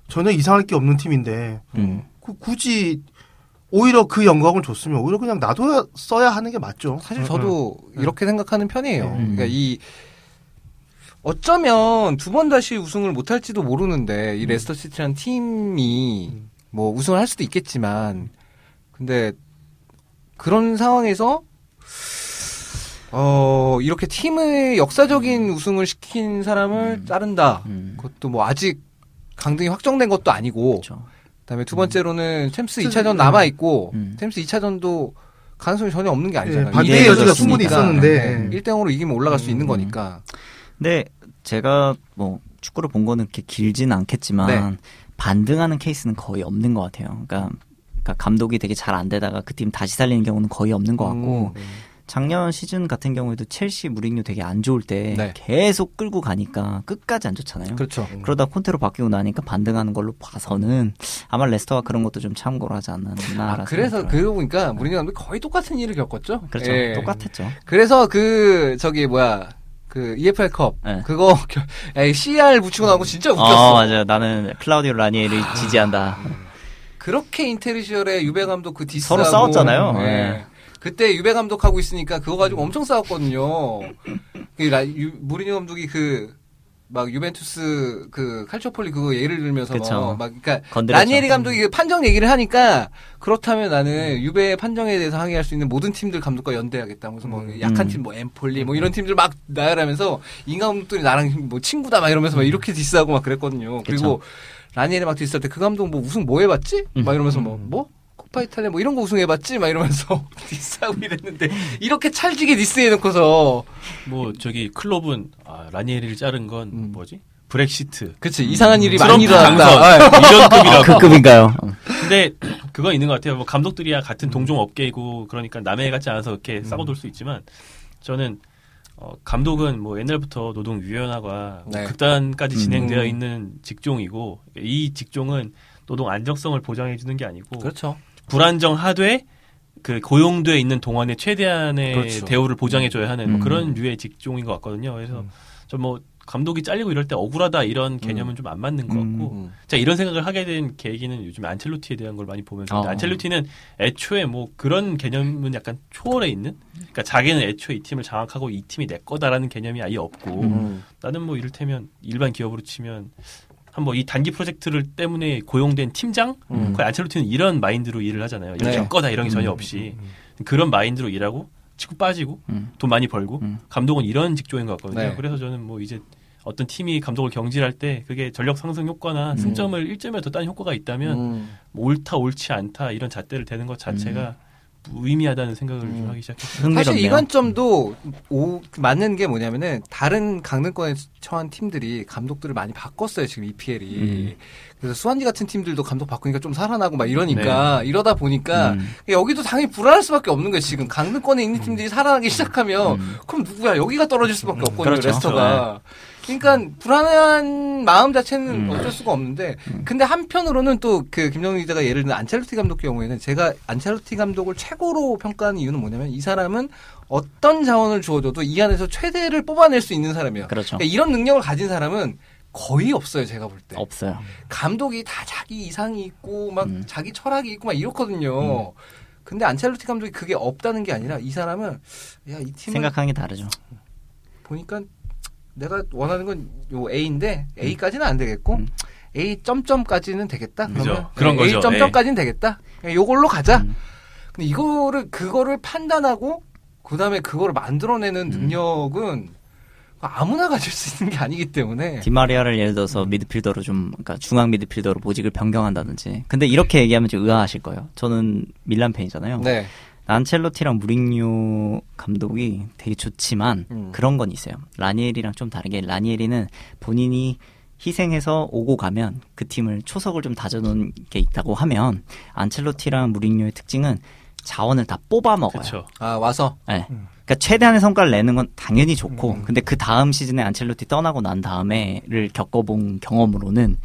전혀 이상할 게 없는 팀인데 음. 그 굳이 오히려 그 영광을 줬으면 오히려 그냥 놔둬야 써야 하는 게 맞죠. 음, 사실 저도 이렇게 생각하는 편이에요. 음. 그러니까 이 어쩌면 두 번 다시 우승을 못할지도 모르는데 음. 이 레스터 시티라는 팀이 뭐 우승을 할 수도 있겠지만 근데 그런 상황에서 어 이렇게 팀의 역사적인 우승을 시킨 사람을 자른다. 음. 그것도 뭐 아직 강등이 확정된 것도 아니고 그렇죠. 그다음에 두 번째로는 챔스 음. 2차전 남아 있고 음. 챔스 2차전도 가능성이 전혀 없는 게 아니잖아요. 예, 반대의 이대로 여지가 졌으니까. 충분히 있었는데. 네, 1대 0으로 이기면 올라갈 수 있는 음. 거니까. 근데 제가 뭐 축구를 본 거는 이렇게 길진 않겠지만 네. 반등하는 케이스는 거의 없는 것 같아요. 그러니까, 그러니까 감독이 되게 잘 안 되다가 그 팀 다시 살리는 경우는 거의 없는 것 같고 음. 작년 시즌 같은 경우에도 첼시 무리뉴 되게 안 좋을 때 네. 계속 끌고 가니까 끝까지 안 좋잖아요. 그렇죠. 그러다 콘테로 바뀌고 나니까 반등하는 걸로 봐서는 아마 레스터가 그런 것도 좀 참고로 하지 않았나. 아, 그래서 그러고 보니까 무리뉴 감독이 거의 똑같은 일을 겪었죠. 그렇죠. 예. 똑같았죠. 그래서 그 저기 뭐야 그 EFL 컵 네. 그거 결- 에이, CR 붙이고 나온 거 진짜 어, 웃겼어. 아, 맞아요. 나는 클라우디오 라니에를 지지한다. 그렇게 인테리 시절에 유배 감독 그 디스 서로 싸웠잖아요. 예. 네. 그때 유배 감독하고 있으니까 그거 가지고 엄청 싸웠거든요. 그 라- 유- 무리뉴 감독이 그 막 유벤투스 그 칼초폴리 그거 예를 들면서 그쵸. 막 그러니까 건드렸죠. 라니에리 감독이 그 판정 얘기를 하니까 그렇다면 나는 음. 유배의 판정에 대해서 항의할 수 있는 모든 팀들 감독과 연대하겠다. 무슨 뭐 약한 음. 팀 뭐 엠폴리 뭐 이런 팀들 막 나열하면서 인간 감독들이 나랑 뭐 친구다 막 이러면서 음. 막 이렇게 디스하고 막 그랬거든요. 그리고 라니에리 막 디스할 때 그 감독 뭐 우승 뭐 해봤지? 막 이러면서 뭐 뭐? 코파 이탈리아 뭐 이런 거 우승해봤지? 막 이러면서 디스하고 이랬는데 이렇게 찰지게 디스해놓고서 뭐 저기 클럽은 아, 라니에리를 자른 건 음. 뭐지? 브렉시트. 그치 이상한 일이 많이 트럼프 일어났다. 아, 예. 당선 이런 급이라고. 그 급인가요? 근데 그건 있는 것 같아요. 뭐 감독들이야 같은 음. 동종 업계이고 그러니까 남의 같지 않아서 이렇게 싸워둘 수 있지만 저는 어, 감독은 뭐 옛날부터 노동 유연화가 뭐 네. 극단까지 진행되어 음. 있는 직종이고 이 직종은 노동 안정성을 보장해 주는 게 아니고 그렇죠. 불안정하되 그 고용돼 있는 동안에 최대한의 그렇죠. 대우를 보장해 줘야 하는 뭐 음. 그런 류의 직종인 것 같거든요. 그래서 음. 저 뭐 감독이 잘리고 이럴 때 억울하다 이런 개념은 좀 안 맞는 것 음. 같고 자 이런 생각을 하게 된 계기는 요즘 안첼로티에 대한 걸 많이 보면서 근데 어. 안첼로티는 애초에 뭐 그런 개념은 약간 초월해 있는 그러니까 자기는 애초에 이 팀을 장악하고 이 팀이 내 거다라는 개념이 아예 없고 음. 나는 뭐 이를테면 일반 기업으로 치면 한번 뭐 이 단기 프로젝트를 때문에 고용된 팀장 음. 거의 안첼로티는 이런 마인드로 일을 하잖아요 네. 음. 내 거다 이런 게 전혀 음. 없이 그런 마인드로 일하고 치고 빠지고 음. 돈 많이 벌고 음. 감독은 이런 직종인 것 같거든요. 네. 그래서 저는 뭐 이제 어떤 팀이 감독을 경질할 때 그게 전력 상승 효과나 승점을 1점이라도 더 따는 효과가 있다면 음. 뭐 옳다 옳지 않다 이런 잣대를 대는 것 자체가 무의미하다는 생각을 좀 음. 하기 시작했어요. 사실 이 흥미롭네요. 관점도 오- 맞는 게 뭐냐면은 다른 강등권에 처한 팀들이 감독들을 많이 바꿨어요 지금 EPL이 음. 그래서 수완지 같은 팀들도 감독 바꾸니까 좀 살아나고 막 이러니까 이러다 보니까 음. 그러니까 여기도 당연히 불안할 수밖에 없는 거예요 지금 강등권에 있는 팀들이 살아나기 시작하면 음. 그럼 누구야 여기가 떨어질 수밖에 없거든요 그렇죠. 레스터가 그러니까 불안한 마음 자체는 음. 어쩔 수가 없는데 근데 한편으로는 또 그 김정은 기자가 예를 든 안첼로티 감독 경우에는 제가 안첼로티 감독을 최고로 평가하는 이유는 뭐냐면 이 사람은 어떤 자원을 주어줘도 이 안에서 최대를 뽑아낼 수 있는 사람이에요 그렇죠. 그러니까 이런 능력을 가진 사람은 거의 없어요 제가 볼때 없어요. 감독이 다 자기 이상이 있고 막 음. 자기 철학이 있고 막 이렇거든요. 근데 안첼로티 감독이 그게 없다는 게 아니라 이 사람은 야 이 팀은 생각하는 게 다르죠. 보니까 내가 원하는 건 요 A인데 A까지는 안 되겠고 음. A 점점까지는 되겠다. 그죠. 그러면 그런 A 거죠. 예. 점점까지는 되겠다. 그냥 요걸로 가자. 음. 근데 이거를 그거를 판단하고 그다음에 그거를 만들어내는 음. 능력은 아무나 가질 수 있는 게 아니기 때문에 디마리아를 예를 들어서 미드필더로 좀 그러니까 중앙 미드필더로 모직을 변경한다든지. 근데 이렇게 얘기하면 좀 의아하실 거예요. 저는 밀란 팬이잖아요. 네. 안첼로티랑 무링뉴 감독이 되게 좋지만 음. 그런 건 있어요. 라니엘이랑 좀 다르게 라니엘이는 본인이 희생해서 오고 가면 그 팀을 초석을 좀 다져놓은 게 있다고 하면 안첼로티랑 무링뉴의 특징은 자원을 다 뽑아 먹어요. 그렇죠. 아 와서 네. 그러니까 최대한의 성과를 내는 건 당연히 좋고, 근데 그 다음 시즌에 안첼로티 떠나고 난 다음에를 겪어본 경험으로는,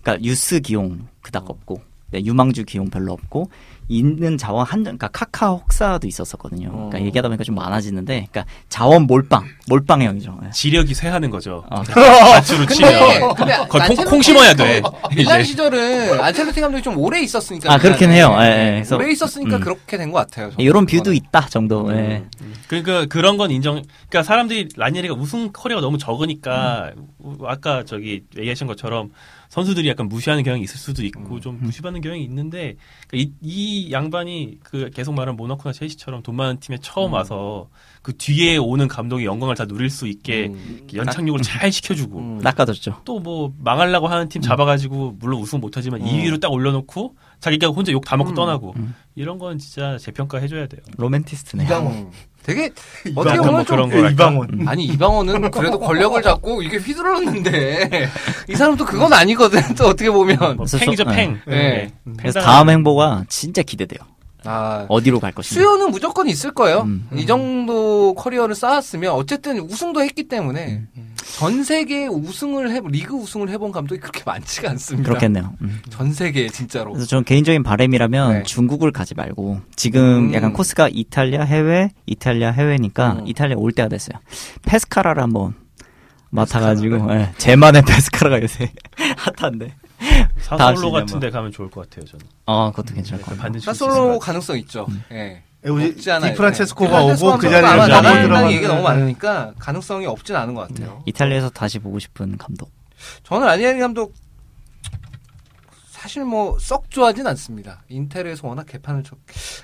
그러니까 유스 기용 그닥 없고, 네, 유망주 기용 별로 없고, 있는 자원 한, 그러니까 카카 혹사도 있었었거든요. 그러니까 얘기하다 보니까 좀 많아지는데, 그러니까 자원 몰빵, 몰빵형이죠. 네. 지력이 쇠하는 거죠. 아, 마추로 치면 근데 어. 거의 콩, 안첼로티- 콩 심어야 돼. 밀란 이제 시절은 안첼로티 감독이 좀 오래 있었으니까. 아, 그렇긴 해요. 예, 예. 그래서- 오래 있었으니까 음. 그렇게 된 것 같아요. 저는 이런 뷰도 그거는. 있다 정도. 예. 그러니까 그런 건 인정. 그러니까 사람들이 라니에리가 우승 커리어가 너무 적으니까 음. 아까 저기 얘기하신 것처럼 선수들이 약간 무시하는 경향이 있을 수도 있고 음. 좀 무시받는 경향이 있는데 그러니까 이, 이 양반이 그 계속 말한 모나코나 첼시처럼 돈 많은 팀에 처음 와서 그 뒤에 오는 감독의 영광을 다 누릴 수 있게 음. 연착륙을 잘 시켜주고 음. 낚아졌죠. 또 뭐 망하려고 하는 팀 잡아가지고 물론 우승 못하지만 음. 2위로 딱 올려놓고 자기가 혼자 욕 다 먹고 음. 떠나고 이런 건 진짜 재평가 해줘야 돼요. 로맨티스트네요. 이방원. 음. 되게 아, 어떻게 이방원 보면 뭐 좀 그런 거랄까? 이방원. 아니 이방원은 그래도 권력을 잡고 이게 휘두르는데 이 사람도 그건 아니거든. 또 어떻게 보면 뭐 그래서 팽이죠 소- 팽. 네. 네. 그래서 팽당하는 다음 행보가 진짜 기대돼요. 아, 어디로 갈 것인가. 수요는 무조건 있을 거예요. 음. 이 정도 커리어를 쌓았으면 어쨌든 우승도 했기 때문에 음. 전 세계 우승을 해 리그 우승을 해본 감독이 그렇게 많지가 않습니다. 그렇겠네요. 음. 전 세계 진짜로. 그래서 저는 개인적인 바람이라면 네. 중국을 가지 말고 지금 음. 약간 코스가 이탈리아 해외, 이탈리아 해외니까 음. 이탈리아 올 때가 됐어요. 페스카라를 한번 맡아가지고 예, 제만의 페스카라가 요새 핫한데. 다음 시즌에 사솔로 뭐. 같은데 가면 좋을 것 같아요. 저는. 아 그것도 괜찮을 것 같아요. 반드시 사솔로 가능성 있죠. 예. 없지 않아요. 디프란체스코가 네. 오고 그 자리를 아마 잡아 나간다는 들어가면- 얘기가 네. 너무 많으니까 가능성이 없진 않은 것 같아요. 이탈리아에서 다시 보고 싶은 감독. 저는 아니에리 감독 사실 뭐 썩 좋아하진 않습니다. 인텔에서 워낙 개판을 쳤,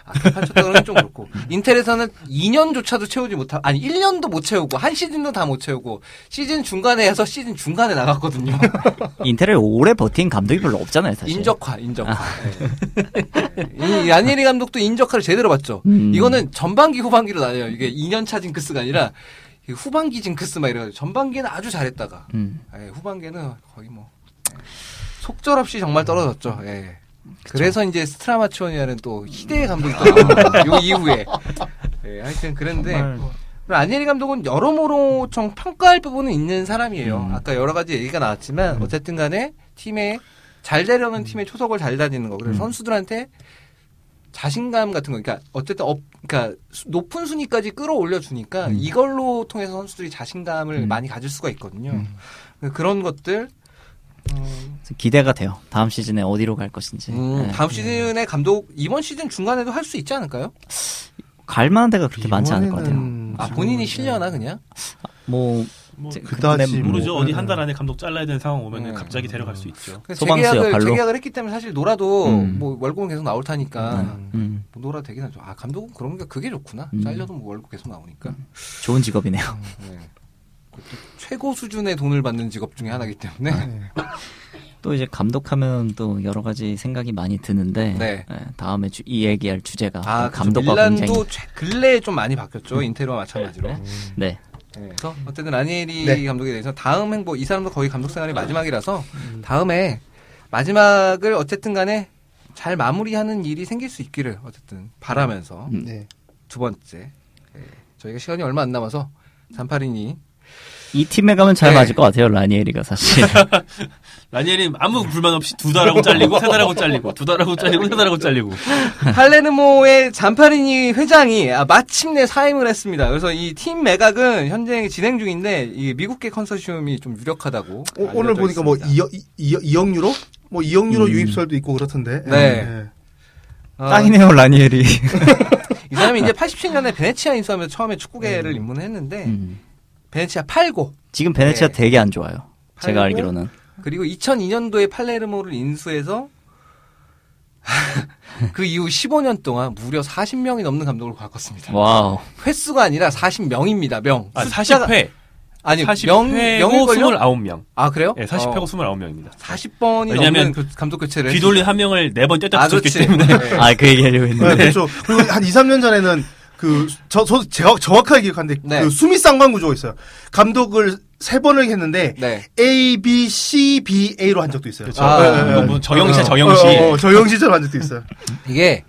아, 개판 쳤다는 건좀 그렇고 인텔에서는 2년조차도 채우지 못하, 아니 1년도 못 채우고 한 시즌도 다 못 채우고 시즌 중간에 해서 시즌 중간에 나갔거든요. 인텔을 오래 버틴 감독이 별로 없잖아요, 사실. 인적화, 인적화. 예. 이 아니에리 감독도 인적화를 제대로 봤죠. 음. 이거는 전반기 후반기로 나뉘어요. 이게 2년차 징크스가 아니라 이 후반기 징크스 막 이래가지고 전반기는 아주 잘했다가 음. 예, 후반기는 거의 뭐 예, 속절없이 정말 떨어졌죠. 예. 그래서 이제 스트라마치온이라는 또 희대의 감독이 또 나오는 요 이후에 예, 하여튼 그런데 정말 뭐. 안예리 감독은 여러모로 좀 평가할 부분은 있는 사람이에요. 음. 아까 여러 가지 얘기가 나왔지만 어쨌든 간에 팀에 잘 되려는 팀의 초석을 잘 다지는 거. 그래서 음. 선수들한테 자신감 같은 거, 그러니까 어쨌든 업, 그러니까 수- 높은 순위까지 끌어올려 주니까 음. 이걸로 통해서 선수들이 자신감을 음. 많이 가질 수가 있거든요. 음. 그런 것들 기대가 돼요. 다음 시즌에 어디로 갈 것인지. 음, 예. 다음 시즌에 감독 이번 시즌 중간에도 할 수 있지 않을까요? 갈 만한 데가 그렇게 많지 않을 것 같아요. 아 음. 본인이 실려나 그냥? 뭐 뭐 제- 그다지 근데 모르죠. 뭐, 네. 어디 한 달 안에 감독 잘라야 되는 상황 오면 네. 은 갑자기 데려갈 수 있죠. 소방수 재계약을 역할로? 재계약을 했기 때문에 사실 놀아도 음. 뭐 월급은 계속 나올 테니까 음, 뭐 놀아 되긴 하죠. 아 감독은 그런 게 그게 좋구나. 음. 잘려도 뭐 월급 계속 나오니까 좋은 직업이네요. 네. 그것도 최고 수준의 돈을 받는 직업 중에 하나이기 아. 때문에 또 이제 감독하면 또 여러 가지 생각이 많이 드는데 네. 예, 다음에 주- 이 얘기할 주제가 아 그렇죠. 감독과 굉장히 밀란도 최- 근래에 좀 많이 바뀌었죠. 인테리어와 마찬가지로. 네 네. 그래서 어쨌든 라니에리 네. 감독에 대해서 다음 행보 이 사람도 거의 감독 생활이 마지막이라서 다음에 마지막을 어쨌든 간에 잘 마무리하는 일이 생길 수 있기를 어쨌든 바라면서 음. 네. 두 번째 예, 저희가 시간이 얼마 안 남아서 잔파린이 이 팀에 가면 잘 네. 맞을 것 같아요 라니에리가 사실 라니엘이 아무 불만 없이 두 달하고 잘리고 세 달하고 잘리고 두 달하고 잘리고 세 달하고 잘리고 팔레르모의 잔파리니 회장이 아, 마침내 사임을 했습니다. 그래서 이 팀 매각은 현재 진행 중인데 이 미국계 컨소시엄이 좀 유력하다고 오, 오늘 알려져 보니까 뭐 있습니다. 2억, 2억 유로? 뭐 2억 유로 음. 유입설도 있고 그렇던데. 네. 예. 아, 땅이네요 라니에리 이 사람이 이제 87년에 베네치아 인수하면서 처음에 축구계를 네. 입문했는데 음. 베네치아 팔고 지금 베네치아 네. 되게 안 좋아요 팔고, 제가 알기로는 그리고 2002년도에 팔레르모를 인수해서 그 이후 15년 동안 무려 40명이 넘는 감독을 바꿨습니다. 와우 횟수가 아니라 40명입니다. 명. 아, 숫자가- 40회 아니 명 40회고 명일걸요? 29명 아 그래요? 네, 40회고 29명입니다 40번이 넘는 왜냐면 그 감독 교체를 뒤돌린 한 명을 네 번 떼다 아 붙였기 그렇지. 때문에 네. 아 그 얘기하려고 네, 했는데 그렇죠. 그리고 한 2, 3년 전에는 그, 저, 저, 제가 정확하게 기억하는데, 네. 그 수미 쌍방구조가 있어요. 감독을 세 번을 했는데, 네. A, B, C, B, A로 한 적도 있어요. 그렇죠. 아, 예, 예, 예. 이거 뭐 정영시야, 어, 정영시. 어, 어, 정영시처럼 한 적도 있어요. 이게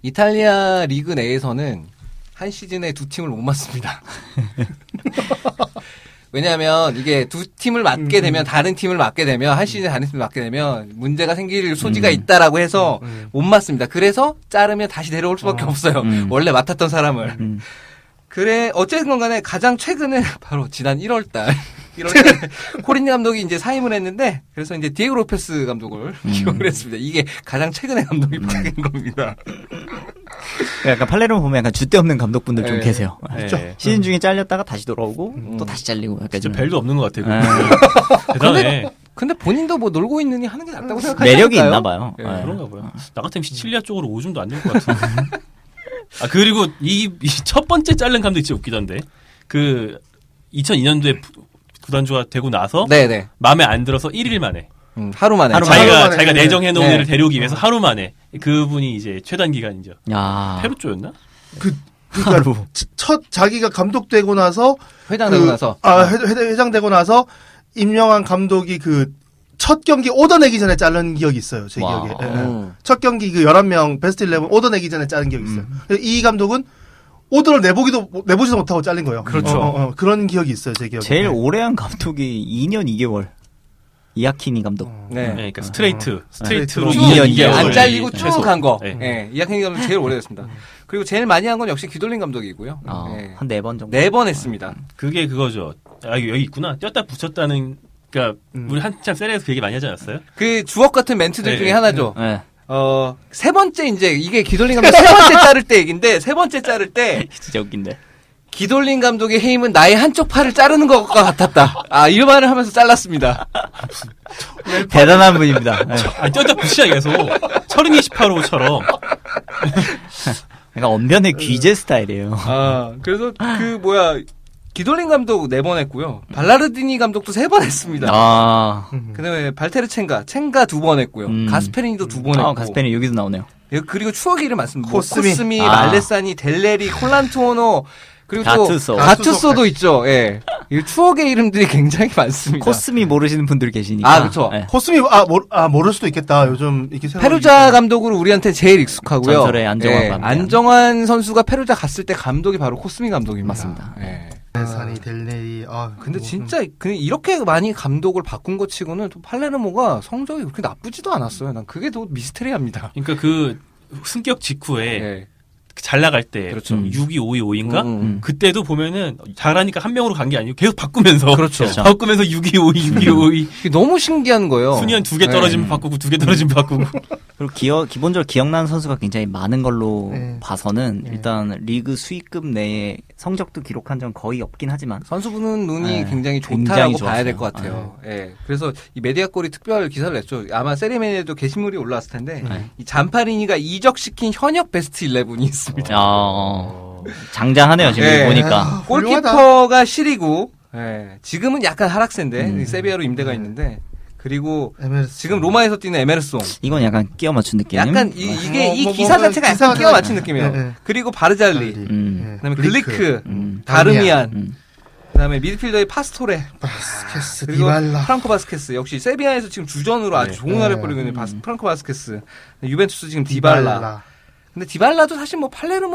이탈리아 리그 내에서는 한 시즌에 두 팀을 못 맡습니다. 왜냐하면 이게 두 팀을 음. 맡게 되면 다른 팀을 맡게 되면 한 시즌에 다른 팀을 맡게 되면 문제가 생길 소지가 음. 있다라고 해서 못 맡습니다. 그래서 자르면 다시 데려올 수밖에 없어요. 음. 원래 맡았던 사람을. 음. 그래 어쨌건 간에 가장 최근에 바로 지난 1월 달 1월 달에 코린 감독이 이제 사임을 했는데 그래서 이제 디에고 로페스 감독을 기용을 했습니다. 이게 가장 최근에 감독이 바뀐 겁니다. 약간 팔레르모 보면 약간 줏대 없는 감독분들 좀 네. 계세요 그렇죠. 네. 시즌 중에 잘렸다가 다시 돌아오고 또 다시 잘리고 약간 진짜 좀 벨도 없는 것 같아요 네. 그분들. 대단해 근데 본인도 뭐 놀고 있느니 하는 게 낫다고 생각하지 매력이 않을까요? 있나 봐요 예, 네. 그런가 봐요 아, 나 같으면 시칠리아 쪽으로 오줌도 안 될 것 같은데 아 그리고 이 첫 번째 자른 감독 진짜 웃기던데 그 2002년도에 구단주가 되고 나서 네네. 마음에 안 들어서 1일 만에 음, 하루 만에. 하루 자기가 만에. 자기가 내정해 놓은 네. 애를 데려오기 위해서 하루 만에 그분이 이제 최단 기간이죠. 아. 야 페루 쪽였나? 그, 하루 첫- 첫 자기가 감독되고 나서 회장 되고 그- 나서. 네. 아 회, 회, 회장 되고 나서 임명한 감독이 그 첫 경기 오더 내기 전에 자른 기억이 있어요. 제 와우. 음. 기억에. 예, 예. 첫 경기 그 11명 베스트 11 오더 내기 전에 자른 기억이 있어요. 음. 그래서 이 감독은 오더를 내보기도 내보지도 못하고 잘린 거예요. 그렇죠. 어, 어, 어, 그런 기억이 있어요. 제 기억에. 제일 예. 오래한 감독이 2년 2개월 이아키니 감독. 네. 어. 네, 그러니까 스트레이트 음. 스트레이트로 쭉 2년 쭉 2개월. 안 잘리고 쭉 최소. 간 거. 네. 예. 이학현 감독 제일 오래됐습니다. 그리고 제일 많이 한 건 역시 귀돌린 감독이고요. 아, 예. 한 네 번 정도. 네 번 했습니다. 그게 그거죠. 아 이거 여기 있구나. 뛰었다 붙였다는. 그러니까 음. 우리 한참 세레에서 그 얘기 많이 하지 않았어요? 그 주옥 같은 멘트들 네. 중에 하나죠. 네. 어, 세 번째 이제 이게 기돌린 감독 세 번째 자를 때 얘긴데 세 번째 자를 때 진짜 웃긴데. 기돌린 감독의 해임은 나의 한쪽 팔을 자르는 것과 같았다. 아, 이 말을 하면서 잘랐습니다. 대단한 분입니다. 네. 아, 뛰었다 붙이자 계속. 철인 28호처럼. 그러니까 언변의 귀재 스타일이에요. 아, 그래서 그 뭐야 기돌린 감독 네 번 했고요. 발라르디니 감독도 세 번 했습니다. 아, 그다음에 발테르 첸가, 첸가 두 번 했고요. 음. 가스페리니도 두 번 했고. 아 가스페니 여기도 나오네요. 예, 뭐 그리고 추억의 이름 많습니다. 코스미, 코스미. 코스미 아. 말레사니, 델레리, 콜란토노 그리고 또 가투소. 가투소도 있죠. 예. 이 추억의 이름들이 굉장히 많습니다. 코스미 모르시는 분들 계시니까. 네. 예. 아, 그쵸. 코스미 아, 모르, 아 모를 수도 있겠다. 요즘 이렇게 생각이- 페루자 감독으로 우리한테 제일 익숙하고요. 예, 전설의 안정환 감독. 안정환 선수가 페루자 갔을 때 감독이 바로 코스미 감독입니다. 맞습니다. 예. 산이 델레이. 아, 근데 뭐, 진짜 그냥 이렇게 많이 감독을 바꾼 것 치고는 또 팔레르모가 성적이 그렇게 나쁘지도 않았어요. 난 그게 더 미스테리합니다. 그러니까 그 승격 직후에 예. 잘 나갈 때 음, 그렇죠. 6위, 5위, 5위인가? 음, 음. 그때도 보면은 잘하니까 한 명으로 간 게 아니고 계속 바꾸면서 그렇죠. 음. 바꾸면서 6위, 5위, 6위, 5위 이게 너무 신기한 거예요. 순위 한 두 개 예. 떨어지면 바꾸고 두 개 음. 떨어지면 바꾸고 그리고 기어, 기본적으로 기억나는 선수가 굉장히 많은 걸로 네. 봐서는 네. 일단 리그 수익급 내에 성적도 기록한 적 거의 없긴 하지만 선수분은 눈이 네, 굉장히 굉장히 좋다라고 봐야 좋았어요. 될 것 같아요. 예. 그래서 이 메디아골이 특별 기사를 냈죠. 아마 세리머니에도 게시물이 올라왔을 텐데 네. 이 잔파리니가 이적시킨 현역 베스트 11이 있습니다. 아, 어, 장장하네요 지금 네. 보니까 아, 훌륭하다. 골키퍼가 시리고 예. 지금은 약간 하락세인데 음. 이 세비야로 임대가 있는데 그리고 에메르스. 지금 로마에서 뛰는 에메르송 이건 약간 끼워 맞춘 느낌. 아, 약간 음. 이, 이게 뭐, 이 뭐, 기사 뭐, 자체가 기사 약간 끼워 자체가- 맞힌 느낌이에요. 네, 네. 그리고 바르잘리, 음. 예. 그다음에 글리크, 음. 다르미안, 음. 그다음에 미드필더의 파스토레, 바스케스 그리고 디발라. 프랑코 바스케스 역시 세비야에서 지금 주전으로 아주 네. 좋은 활을 음. 네. 벌이고 있는 바스, 프랑코 바스케스, 유벤투스 지금 디발라. 근데 디발라도 사실 뭐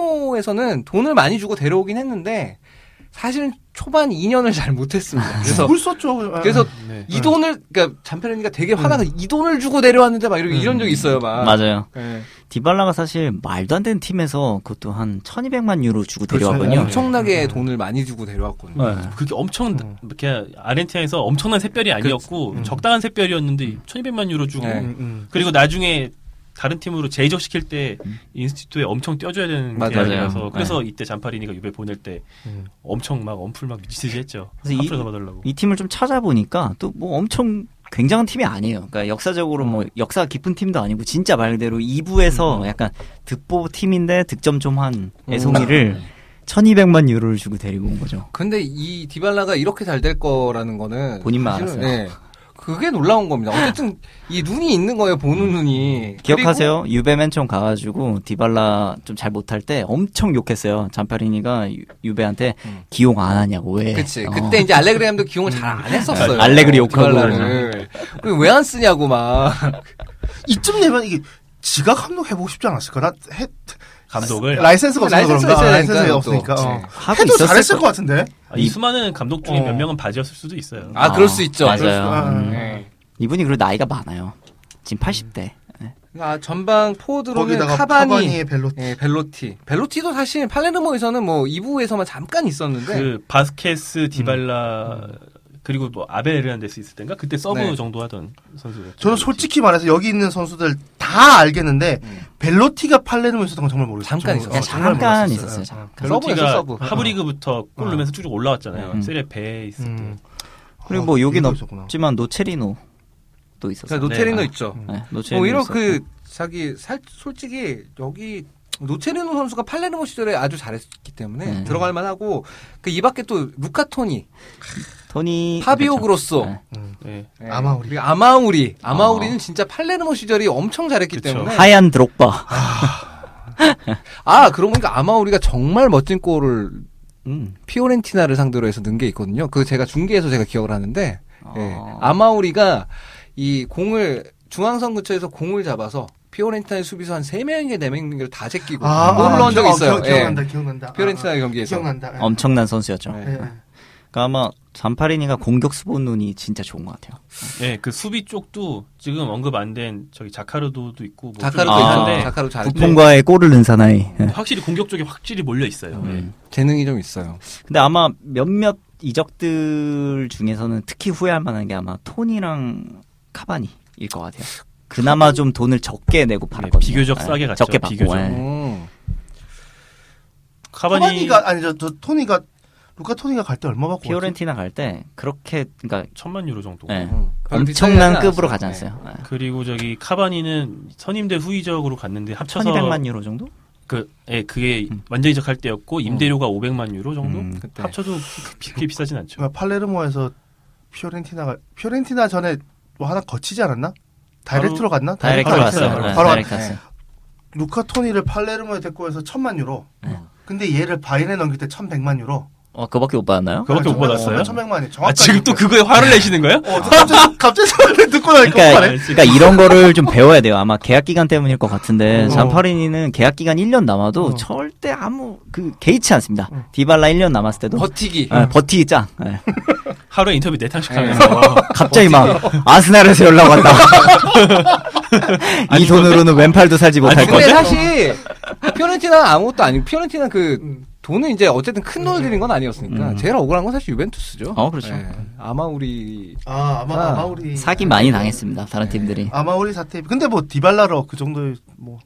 팔레르모에서는 돈을 많이 주고 데려오긴 했는데 사실은 초반 2년을 잘 아, 못했습니다. 그래서 물 썼죠. 아, 그래서 네. 이 돈을 그러니까 잔페르니가 되게 화나가 이 돈을 주고 데려왔는데 막 이런 이런 적이 있어요 막. 음. 맞아요. 예. 디발라가 사실 말도 안 되는 팀에서 그것도 한 1200만 유로 주고 그렇죠. 데려왔거든요. 음. 엄청나게 돈을 많이 주고 데려왔거든요. 네. 그게 엄청 음. 이렇게 아르헨티나에서 엄청난 샛별이 아니었고 적당한 샛별이었는데 1200만 유로 주고 그렇죠. 네. 음, 그리고 나중에 다른 팀으로 재이적 시킬 때 인스티튜에 엄청 떼줘야 되는 맞아요. 네. 계약이라서 맞아요. 그래서 이때 잔파리니가 유배 보낼 때 음. 엄청 막 엄풀 막 미치듯이 했죠. 그래서 이- 앞으로 잡아달라고. 이 팀을 좀 찾아보니까 또 뭐 엄청 굉장한 팀이 아니에요. 그러니까 역사적으로 뭐 역사 깊은 팀도 아니고 진짜 말 그대로 2부에서 음. 약간 득보 팀인데 득점 좀 한 음. 애송이를 1200만 유로를 주고 데리고 온 거죠. 근데 이 디발라가 이렇게 잘 될 거라는 거는 본인만 사실은, 알았어요. 예. 그게 놀라운 겁니다. 어쨌든 이 눈이 있는 거예요. 보는 눈이. 음. 기억하세요? 유베 맨 처음 가가지고 디발라 좀 잘 못할 때 엄청 욕했어요. 잔파리니가 유- 유베한테 기용 안 하냐고 왜? 음. 그치 어. 음. 그때 이제 알레그리 감도 기용을 잘 안 했었어요. 알레그리 욕하고. 디발라를. 그리고 왜안 쓰냐고 막. 이쯤 되면 이게 지가 감독 해보고 싶지 않았을까? 라, 해, 아, 감독을 라이센스가 없어서 라이센스가 그런가? 있어야 라이센스가 되니까, 없으니까. 또. 어. 네. 하고 해도 있었을 잘했을 거- 것 같은데. 아, 이 수많은 감독 중에 어. 몇 명은 바지였을 수도 있어요. 아, 그럴 수 있죠. 맞아요. 그럴 수- 아, 음. 예. 이분이 그리고 나이가 많아요. 지금 80대. 아, 전방 포드로는 거기다가 카바니, 카바니의 벨로. 예, 벨로티. 벨로티도 사실 팔레르모에서는 뭐 2부에서만 잠깐 있었는데. 그 바스케스, 디발라 그리고 뭐 아벨 에르난데스 있을 때인가 그때 서브 네. 정도 하던 선수였죠. 저는 솔직히 말해서 여기 있는 선수들 다 알겠는데 벨로티가 팔레르모 있었던 건 정말 모르겠어요. 잠깐 정말- 있었어요. 정말 잠깐 몰랐었어요. 네. 있었어요. 잠깐. 그 서브였어, 벨로티가 서브. 하브리그부터 골 넣으면서 쭉쭉 올라왔잖아요. 음. 세레 베에 있을 때. 음. 그리고 아, 뭐 여긴 이거 있었구나. 없지만 노체리노도 있었어요. 어, 그러니까 노체리노 네. 있죠. 네, 노체리노 오히려 있었고. 그 자기 살 솔직히 여기 노체르노 선수가 팔레르모 시절에 아주 잘했기 때문에 네. 들어갈 만하고 그 이 밖에 또 루카토니, 토니 파비오 그렇죠. 그로소, 네. 음. 어. 네. 예, 아마우리. 그리고 아마우리, 아마우리는 진짜 팔레르모 시절이 엄청 잘했기 그렇죠. 그쵸. 때문에 하얀 드록바. 아 그러고 보니까 아마우리가 정말 멋진 골을 음. 피오렌티나를 상대로 해서 넣은 게 있거든요. 그 제가 중계에서 제가 기억을 하는데 아. 예, 아마우리가 이 공을 중앙선 근처에서 공을 잡아서 피오렌티나의 수비수 한 3명인가 4명인가를 다 제끼고 골을 넣은 적이 기억- 있어요. 아, 기억- 예. 기억난다, 기억난다. 피오렌티나의 아, 아, 경기에서. 기억난다. 예. 엄청난 선수였죠. 네. 예, 예. 그러니까 아마 잔파리니가 공격 수본 눈이 진짜 좋은 것 같아요. 예, 그 수비 쪽도 지금 언급 안 된 저기 자카르도도 있고 뭐좀 자카르도 아. 있는데 있는데 자카르도 잘 북풍과의 골을 넣은 사나이. 네. 예. 확실히 공격 쪽에 확실히 몰려 있어요. 예. 음. 재능이 좀 있어요. 근데 아마 몇몇 이적들 중에서는 특히 후회할 만한 게 아마 톤이랑 카바니일 것 같아요. 그나마 좀 돈을 적게 내고 팔았거든요. 네, 비교적 싸게 갔죠, 적게 받고. 비교적. 예. 음. 카바니, 토니가 아니 저, 저 토니가 루카 토니가 갈 때 얼마 받고 피오렌티나 갈 때 그렇게 그러니까 천만 유로 정도. 예. 음. 엄청난 비싸지 않았어요. 네. 급으로 가지 않았어요. 예. 그리고 저기 카바니는 선임대 후이적으로 갔는데 합쳐서 1200만 유로 정도? 그, 예, 그게 완전 이적할 때였고 임대료가 500만 유로 정도. 음. 네. 그때. 합쳐도 그- 그렇게 비싸진 않죠. 왔지? 팔레르모에서 피오렌티나가 피오렌티나 전에 뭐 하나 거치지 않았나? 다이렉트로 갔나? 다이렉트로 바로 갔어요. 갔어요, 예, 바로 다이렉트 갔어요. 네. 루카 토니를 팔레르모에 데리고 해서 천만 유로. 네. 근데 얘를 바인에 넘길 때 천백만 유로. 어, 그밖에 못 받았나요? 그거밖에 못 받았어요? 천백만이 정확하게. 아, 지금 또 그거에 화를 내시는 거예요? 어, 갑자기 갑자기 소리를 듣고 나니까 그러니까, 오빠네. 그러니까 이런 거를 좀 배워야 돼요. 아마 계약 기간 때문일 것 같은데 어. 잔파리니는 계약 기간 1년 남아도 절대 아무 그 개의치 않습니다. 디발라 1년 남았을 때도 버티기. 예, 버티기 짱. 예. 하루에 인터뷰 네 탄씩 예. 하면서 갑자기 막 아스날에서 연락 왔다. 이 돈으로는 왼팔도 살지 못할 근데 거다. 사실 피오렌티나 아무것도 아니고 피오렌티나 그 돈은 이제 어쨌든 큰 돈을 들인 건 아니었으니까 음. 제일 억울한 건 사실 유벤투스죠. 예, 어, 그렇죠. 네. 아마우리 아, 아마 아, 아마우리 사기 많이 당했습니다. 다른 팀들이. 아마우리 사태. 근데 뭐 디발라로 그 정도의 뭐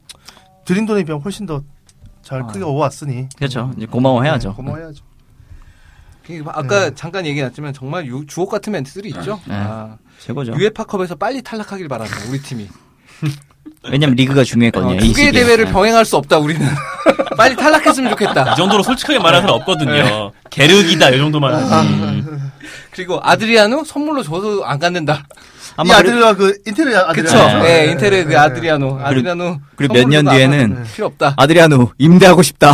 드린 돈에 비하면 훨씬 더 잘 크게 오왔으니. 그렇죠. 이제 고마워해야죠. 네, 고마워해야죠. 그 아까 잠깐 얘기 났지만 정말 유- 주옥 같은 멘트들이 있죠. 네. 아, 최고죠. 유에파컵에서 빨리 탈락하길 바란다. 우리 팀이 왜냐면 리그가 어, 중요했거든요. 이 두 개의 시기에. 대회를 예. 병행할 수 없다. 우리는 빨리 탈락했으면 좋겠다. 이 정도로 솔직하게 말하는 사람 네. 없거든요. 게르기다 이 아, 정도만 하지. 그리고 아드리아노 선물로 줘서 안 갖는다. 이 아마 그리- 아들과 그 인테리어 아들. 그쵸? 네. 예, 인텔의 그 아드리아노. 아드리아노. 그리고 몇 년 선물로도 안 뒤에는 갖는다. 필요 없다. 아드리아노 임대하고 싶다.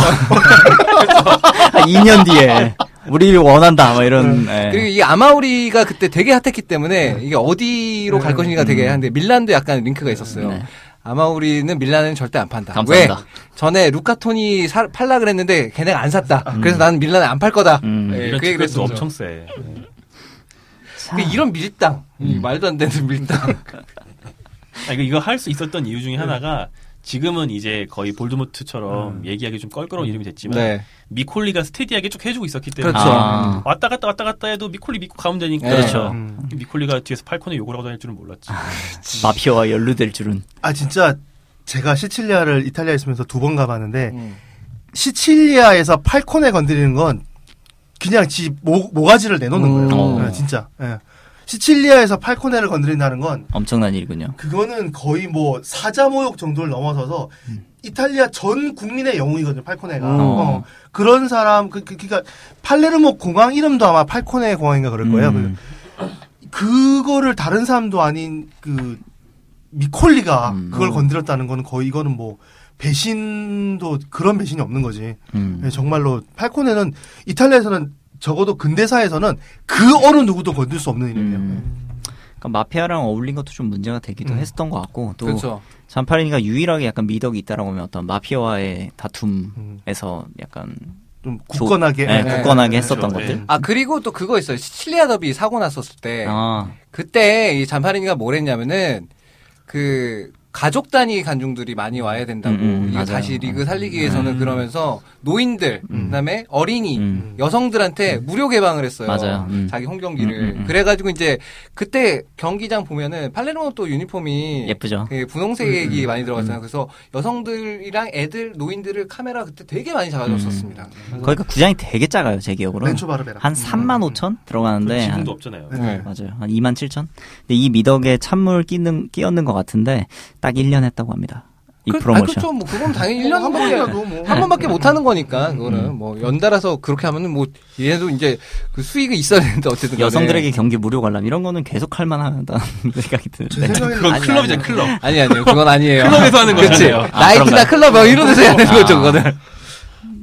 2년 뒤에 우리를 원한다. 막 이런. 예. 그리고 이 아마우리가 그때 되게 핫했기 네. 때문에 이게 어디로 갈 것인가 되게 한데 밀란도 약간 링크가 있었어요. 음, 네. 아마우리는 밀란은 절대 안 판다. 감사합니다. 왜? 전에 루카톤이 사- 팔라 그랬는데 걔네가 안 샀다. 그래서 나는 밀란에 안 팔 거다. 음. 네, 예, 이런 그 얘기를 측면도 했었죠. 엄청 세. 근데 이런 밀당. 이 음. 말도 안 되는 밀당. 아니, 그러니까 이거 할 수 있었던 이유 네. 중에 하나가 지금은 이제 거의 볼드모트처럼 얘기하기 좀 껄끄러운 이름이 됐지만 네. 미콜리가 스테디하게 쭉 해주고 있었기 때문에 그렇죠. 아. 왔다 갔다 왔다 갔다 해도 미콜리 믿고 가면 되니까 네. 그렇죠. 음. 미콜리가 뒤에서 팔콘에 욕을 하고 다닐 줄은 몰랐지. 마피아와 연루될 줄은. 아 진짜 제가 시칠리아를 이탈리아에 있으면서 두 번 가봤는데 음. 시칠리아에서 팔콘에 건드리는 건 그냥 지 모, 모가지를 내놓는 거예요. 음. 예, 진짜. 예. 시칠리아에서 팔코네를 건드린다는 건 엄청난 일이군요. 그거는 거의 뭐 사자모욕 정도를 넘어서서 이탈리아 전 국민의 영웅이거든요. 팔코네가. 음. 어, 그런 사람 그, 그 그러니까 팔레르모 공항 이름도 아마 팔코네 공항인가 그럴 거예요. 음. 그- 그거를 다른 사람도 아닌 그 미콜리가 음. 그걸 음. 건드렸다는 건 거의 이거는 뭐 배신도 그런 배신이 없는 거지. 음. 예, 정말로 팔코네는 이탈리아에서는 적어도 근대사에서는 그 어느 누구도 건들 수 없는 일이에요. 예. 음. 그러니까 마피아랑 어울린 것도 좀 문제가 되기도 음. 했던 것 같고 또 그렇죠. 잔파리니가 유일하게 약간 미덕이 있다라고 하면 어떤 마피아와의 음. 다툼에서 약간 좀 굳건하게 조- 네, 예, 굳건하게 예, 했었던 그렇죠. 것들. 아, 그리고 또 그거 있어요. 시칠리아 더비 사고 났었을 때. 아, 그때 이 잔파리니가 뭘 했냐면은 그 가족 단위 간중들이 많이 와야 된다고 음, 음, 이거 맞아요. 다시 리그 살리기 위해서는 그러면서 노인들 그다음에 어린이 음. 여성들한테 무료 개방을 했어요. 맞아요. 음. 자기 홈 경기를 음, 음, 음. 그래가지고 이제 그때 경기장 보면은 팔레르모 또 유니폼이 예쁘죠. 그 음, 분홍색이 많이 들어갔잖아요. 그래서 여성들이랑 애들 노인들을 카메라 그때 되게 많이 잡아줬었습니다. 음. 거기가 구장이 되게 작아요 제 기억으로. 렌초 바르베라. 한 3만 5천 들어가는데 한- 지금도 없잖아요. 네. 맞아요 한 2만 7천. 근데 이 미덕에 찬물 끼는 끼었는 것 같은데 딱 1년 했다고 합니다. 이 그- 프로모션. 아, 그렇죠. 뭐 그건 당연히 뭐, 1년 한 번이라도 뭐. 한 번밖에 못 하는 거니까 그거는 뭐 연달아서 그렇게 하면은 뭐 얘네도 이제 그 수익이 있어야 되는데 어쨌든 간에. 여성들에게 경기 무료 관람 이런 거는 계속 할 만하다는 생각이 제 드는데. 생각에는 그건 아니, 클럽이죠 아니, 클럽. 아니 아니요. 네. 그건 아니에요. 클럽에서 하는 거잖아요. 그치? 아, 나이트나 그런가요? 클럽 뭐 이런 데서 해야 되는 거죠, 아. 그거는.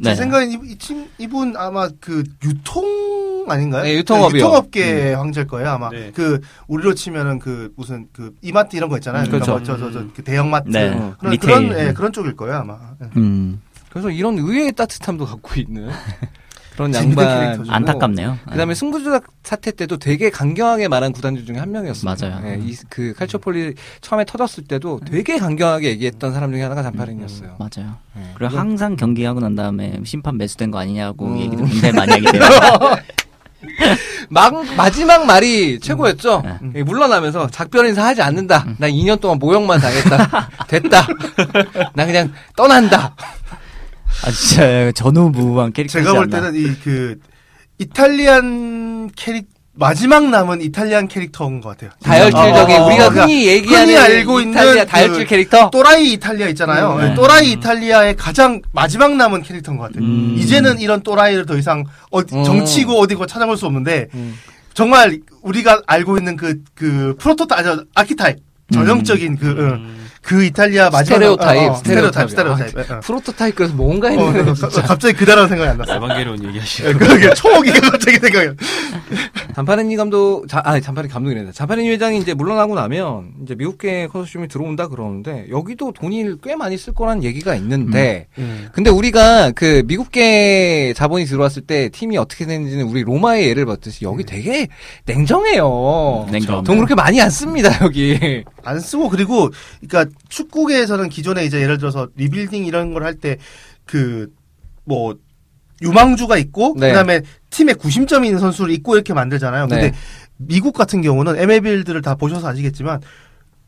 제 생각엔 이, 이 친- 이분 아마 그 유통 유통 아닌가요? 네, 유통업이요. 음. 유통업계 의 황제일 거예요 아마. 네. 그 우리로 치면은 그 무슨 그 이마트 이런 거 있잖아요. 음, 그렇죠. 저저그 대형마트 네. 그런 리테일. 그런 예, 그런 쪽일 거예요 아마. 예. 음, 그래서 이런 의외의 따뜻함도 갖고 있는 그런 재밌는 양반. 캐릭터죠. 안타깝네요. 아, 그다음에 승부조작 사태 때도 되게 강경하게 말한 구단주 중에 한 명이었어요. 맞아요. 예, 이- 그 칼초폴리 처음에 터졌을 때도 되게 강경하게 얘기했던 사람 중에 하나가 잔파린이었어요. 맞아요. 예. 음. 그리고 항상 경기하고 난 다음에 심판 매수된 거 아니냐고 음. 얘기도 굉장히 많이 하게 돼요. 막 마지막 말이 최고였죠. 네. 예, 물러나면서 작별 인사 하지 않는다. 나 2년 동안 모욕만 당했다. 됐다. 나 그냥 떠난다. 아 진짜 전후무후한 캐릭터. 제가 볼 때는 이 그 이탈리안 캐릭 마지막 남은 이탈리안 캐릭터인 것 같아요. 다혈질적인 어, 우리가 그러니까 흔히 얘기하는 흔히 알고 이탈리아 있는 다혈질 그 캐릭터. 또라이 이탈리아 있잖아요. 네. 네, 또라이 이탈리아의 가장 마지막 남은 캐릭터인 것 같아요. 음. 이제는 이런 또라이를 더 이상 어디- 음. 정치고 어디고 찾아볼 수 없는데 음. 정말 우리가 알고 있는 그 그 프로토타 아니, 아키타입 전형적인 그 응. 그 이탈리아 마지막 음. 스테레오타입, 아, 어, 어, 스테레오타입 스테레오타입. 스테레오타입. 예, 예. 프로토타입에서 뭔가 어, 했는데 나 가- 갑자기 그 단어 생각이 안 났어. 에반게리온 얘기하시고 그게 초호기가 갑자기 생각이. 안 나. 잔파레니 감독, 자, 아니 잔파레니 감독이란다. 잔파레니 회장이 이제 물러나고 나면 이제 미국계 컨소시엄이 들어온다 그러는데 여기도 돈이 꽤 많이 쓸 거란 얘기가 있는데 근데 우리가 그 미국계 자본이 들어왔을 때 팀이 어떻게 되는지는 우리 로마의 예를 봤듯이 여기 되게 냉정해요. 냉정. 돈 그렇게 많이 안 씁니다 여기. 안 쓰고 그리고 그러니까 축구계에서는 기존에 이제 예를 들어서 리빌딩 이런 걸 할 때 그 뭐 유망주가 있고 네. 그다음에 팀에 구심점이 있는 선수를 있고 이렇게 만들잖아요. 근데 네. 미국 같은 경우는 MLB들을 다 보셔서 아시겠지만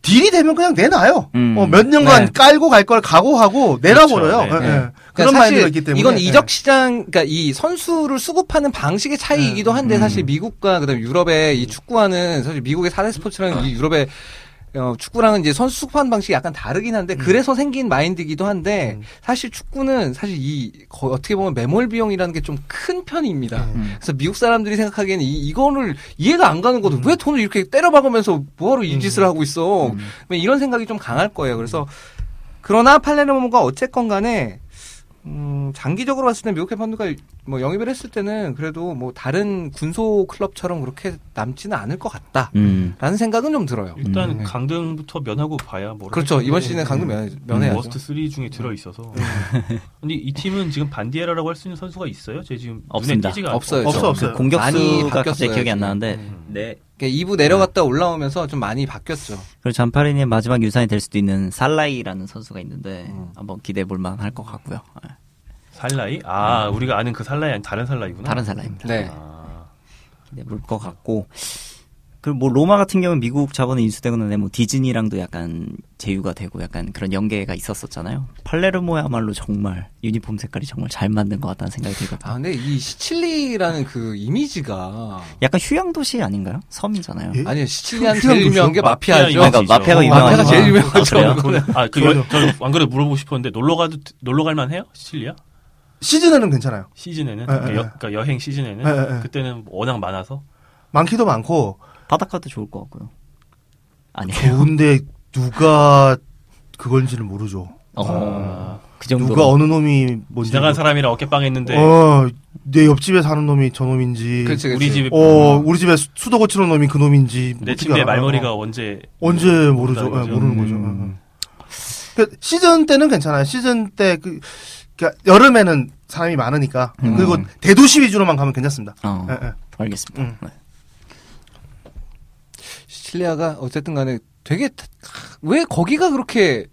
딜이 되면 그냥 내놔요. 음. 어, 몇 년간 네. 깔고 갈 걸 각오하고 내놔버려요. 그렇죠. 네, 예, 예. 네. 그런 그러니까 마인드가 있기 때문에 이건 예. 이적 시장, 그러니까 이 선수를 수급하는 방식의 차이이기도 한데 음. 사실 미국과 그다음 유럽의 이 축구와는 사실 미국의 사대 스포츠랑 이 유럽의 어, 축구랑은 이제 선수 수급하는 방식이 약간 다르긴 한데 그래서 생긴 마인드이기도 한데 음. 사실 축구는 사실 이 거의 어떻게 보면 매몰 비용이라는 게 좀 큰 편입니다. 음. 그래서 미국 사람들이 생각하기에는 이, 이거를 이해가 안 가는 음. 거죠. 왜 돈을 이렇게 때려박으면서 뭐하러 이 짓을 하고 있어. 이런 생각이 좀 강할 거예요. 그래서 그러나 팔레르모가 어쨌건 간에 음, 장기적으로 봤을 때 미국의 펀드가 뭐 영입을 했을 때는 그래도 뭐 다른 군소 클럽처럼 그렇게 남지는 않을 것 같다. 음. 라는 생각은 좀 들어요. 일단 음. 강등부터 면하고 봐야 뭐 네. 그렇죠. 이번 시즌에 강금 면, 면해야죠. 음. 워스트 3 중에 들어 있어서. 근데 이 팀은 지금 반디에라라고 할 수 있는 선수가 있어요? 제 지금 없습니다. 눈에 띄지가 않- 없어요. 없어 없어요. 많이 그 공격수가 갑자기 바뀌었어요, 기억이 안 지금. 나는데 음. 네. 그러니까 2부 내려갔다 올라오면서 좀 많이 바뀌었죠. 그리고 잔파리니의 마지막 유산이 될 수도 있는 살라이라는 선수가 있는데 음. 한번 기대해 볼 만할 것 같고요. 예. 살라이? 아 우리가 아는 그 살라이 아니 다른 살라이구나. 다른 살라입니다. 예, 네. 아, 기대해 볼 것 같고 그리고 뭐 로마 같은 경우는 미국 자본이 인수되고 나서 뭐 디즈니랑도 약간 제휴가 되고 약간 그런 연계가 있었었잖아요. 팔레르모야말로 정말 유니폼 색깔이 정말 잘 맞는 것 같다는 생각이 들거든요. 아, 근데 이 시칠리라는 그 이미지가 약간 휴양 도시 아닌가요? 섬이잖아요. 예? 아니, 시칠리한 그냥 제일 유명한 게 마피아 마피아죠. 이미지. 그러니까 마피아가 어, 유명하죠. 마피아가 제일 아, 그래요? 유명하죠. 그거는. 아그 저는 안 그래 도 물어보고 싶었는데 놀러 가도 놀러 갈 만해요? 시칠리아? 시즌에는 괜찮아요. 시즌에는 에, 그러니까, 에, 여, 에. 그러니까 여행 시즌에는 에, 에, 에. 그때는 워낙 많아서 많기도 많고 바닷가도 좋을 것 같고요. 아니에요. 네. 좋은데 누가 그건지는 모르죠. 어, 그 정도. 누가 어느 놈이 뭔지 지나간 사람이랑 어깨빵했는데 어, 내 옆집에 사는 놈이 저 놈인지. 그렇지, 그렇지. 우리 집에 어, 우리 집에 수- 수도 고치는 놈이 그 놈인지. 내 어떻게 침대 알아요? 말머리가 어. 언제 언제 모르죠. 모른다는 예, 거죠. 모르는 거죠. 음. 그 시즌 때는 괜찮아요. 시즌 때 그, 그러니까 여름에는 사람이 많으니까. 음. 그리고 대도시 위주로만 가면 괜찮습니다. 어, 예, 예. 알겠습니다. 음. 네. 시칠리아가 어쨌든 간에 되게 타- 왜 거기가 그렇게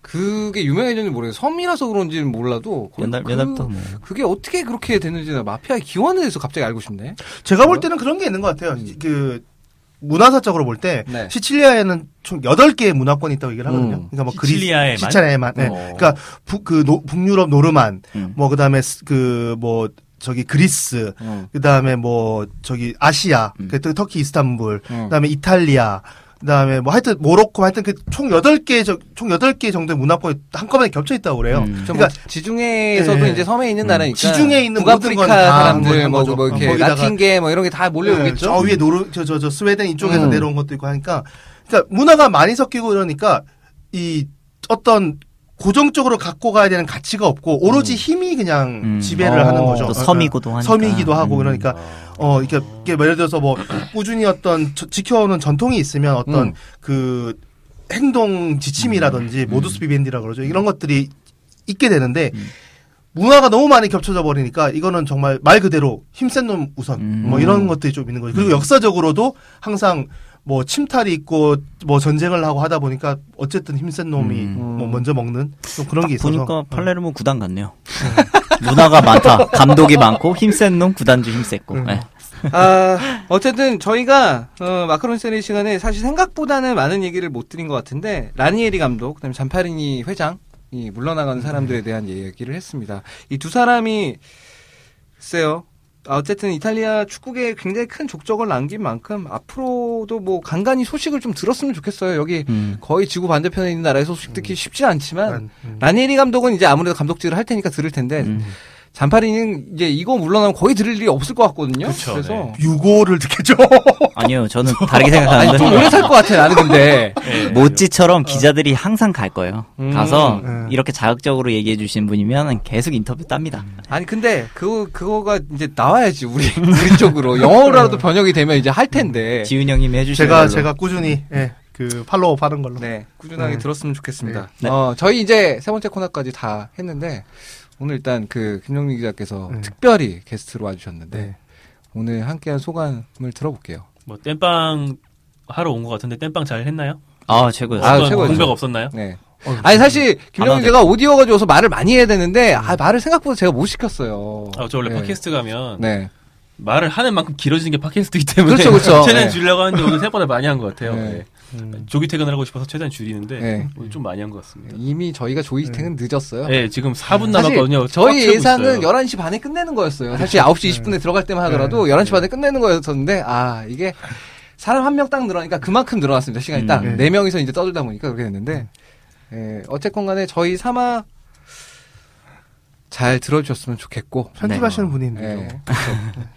그게 유명해졌는지 모르겠어요. 섬이라서 그런지는 몰라도 거의 옛날 그, 옛날부터 뭐 그게 어떻게 그렇게 됐는지 는 마피아의 기원에 대해서 갑자기 알고 싶네. 제가 볼 때는 그런 게 있는 것 같아요. 어? 음. 그 문화사적으로 볼 때 네. 시칠리아에는 총 8개의 문화권이 있다고 얘기를 하거든요. 음. 그러니까 뭐 시칠리아에만? 그리스, 시칠리아에만. 네. 어. 그러니까 북, 그 노- 북유럽 노르만, 음. 뭐 그다음에 그 뭐 저기 그리스, 어, 그다음에 뭐 저기 아시아, 음. 그 터키 이스탄불, 음. 그다음에 이탈리아, 그다음에 뭐 하여튼 모로코 하여튼 그 총 8개 저- 총 8개 정도의 문화권이 한꺼번에 겹쳐 있다고 그래요. 음. 좀뭐 그러니까 지중해에서도 예. 이제 섬에 있는 음. 나라니까 지중해 있는 모든 북아프리카 건다 사람들 한 뭐, 거죠. 뭐 이렇게 거기다가- 라틴계 뭐 이런 게 다 몰려오겠죠. 네, 저 위에 노르 저 저 저 스웨덴 이쪽에서 음. 내려온 것도 있고 하니까 그러니까 문화가 많이 섞이고 이러니까 이 어떤 고정적으로 갖고 가야 되는 가치가 없고 오로지 힘이 그냥 음. 지배를 어, 하는 거죠. 또 어, 어. 섬이기도 하니까. 섬이기도 하고 음. 그러니까 어 이게 이게 예를 들어서 뭐 꾸준히 어떤 저- 지켜오는 전통이 있으면 어떤 음. 그 행동 지침이라든지 음. 모두스 비벤디라 그러죠. 이런 것들이 있게 되는데 문화가 너무 많이 겹쳐져 버리니까 이거는 정말 말 그대로 힘센 놈 우선 음. 뭐 이런 것들이 좀 있는 거죠. 그리고 역사적으로도 항상 뭐 침탈이 있고 뭐 전쟁을 하고 하다 보니까 어쨌든 힘센 놈이 음. 뭐 먼저 먹는 좀 그런 딱 게 있어서 보니까 팔레르모 구단 같네요. 음. 문화가 많다. 감독이 많고 힘센 놈 구단주 힘셌고. 예. 아, 어쨌든 저희가 어, 마카론 세리 시간에 사실 생각보다는 많은 얘기를 못 드린 것 같은데 라니에리 감독, 그다음에 잔파리니 회장 이 물러나가는 네. 사람들에 대한 얘기를 했습니다. 이 두 사람이 글쎄요. 아, 어쨌든 이탈리아 축구계에 굉장히 큰 족적을 남긴 만큼 앞으로도 뭐 간간히 소식을 좀 들었으면 좋겠어요. 여기 음. 거의 지구 반대편에 있는 나라에서 소식 음. 듣기 쉽지 않지만 난- 음. 라니에리 감독은 이제 아무래도 감독직을 할 테니까 들을 텐데 음. 잔파리는 이제 이거 물러나면 거의 들을 일이 없을 것 같거든요. 그쵸, 래서 네. 유고를 듣겠죠. 아니요, 저는 다르게 아니 좀 오래 생각하는데. 살 것 같아 나는 근데 예. 모찌처럼 기자들이 항상 갈 거예요. 음. 가서 음. 이렇게 자극적으로 얘기해 주신 분이면 계속 인터뷰 땁니다. 아니 근데 그거 그거가 이제 나와야지 우리 우리 쪽으로 영어로라도 번역이 되면 이제 할 텐데 지훈 형님이 해주신 제가 걸로. 제가 꾸준히 예, 그 팔로업 하는 걸로. 네 꾸준하게 네. 들었으면 좋겠습니다. 네. 어 저희 이제 세 번째 코너까지 다 했는데 오늘 일단 그 김영민 기자께서 네. 특별히 게스트로 와주셨는데 네. 오늘 함께한 소감을 들어볼게요. 뭐 땜빵 하러 온 것 같은데 땜빵 잘 했나요? 아 최고였어. 아, 요 어떤 최고였죠. 공백 없었나요? 네. 아니 사실 김영민 하는데. 기자가 오디오가 좋아서 말을 많이 해야 되는데 아 말을 생각보다 제가 못 시켰어요. 아, 저 원래 네. 팟캐스트 가면 네. 말을 하는 만큼 길어지는 게 팟캐스트이기 때문에 그렇죠, 그렇죠. 최대한 네. 줄려고 하는데 오늘 생각보다 많이 한 것 같아요. 네. 음. 네. 조기 퇴근을 하고 싶어서 최대한 줄이는데 네. 오늘 좀 많이 한 것 같습니다. 이미 저희가 조이스팅은 늦었어요. 네, 지금 사실 4분 남았거든요. 꽉 저희 채우고 예상은 있어요. 그렇죠. 네. 11시 반에 끝내는 거였어요. 사실 9시 20분에 들어갈 때만 하더라도 11시 반에 끝내는 거였었는데 아 이게 사람 한 명 딱 늘어나니까 그만큼 늘어났습니다. 시간이 음. 딱 네. 네. 명이서 이제 떠들다 보니까 그렇게 됐는데 음. 예, 어쨌건 간에 저희 삼아 잘 들어주셨으면 좋겠고 편집하시는 분인데. 네. 네.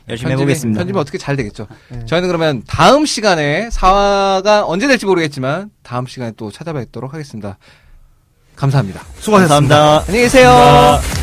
열심히 편집이- 해보겠습니다. 편집은 어떻게 잘 되겠죠. 네. 저희는 그러면 다음 시간에 사화가 언제 될지 모르겠지만 다음 시간에 또 찾아뵙도록 하겠습니다. 감사합니다. 수고하셨습니다. 감사합니다. 안녕히 계세요. 감사합니다.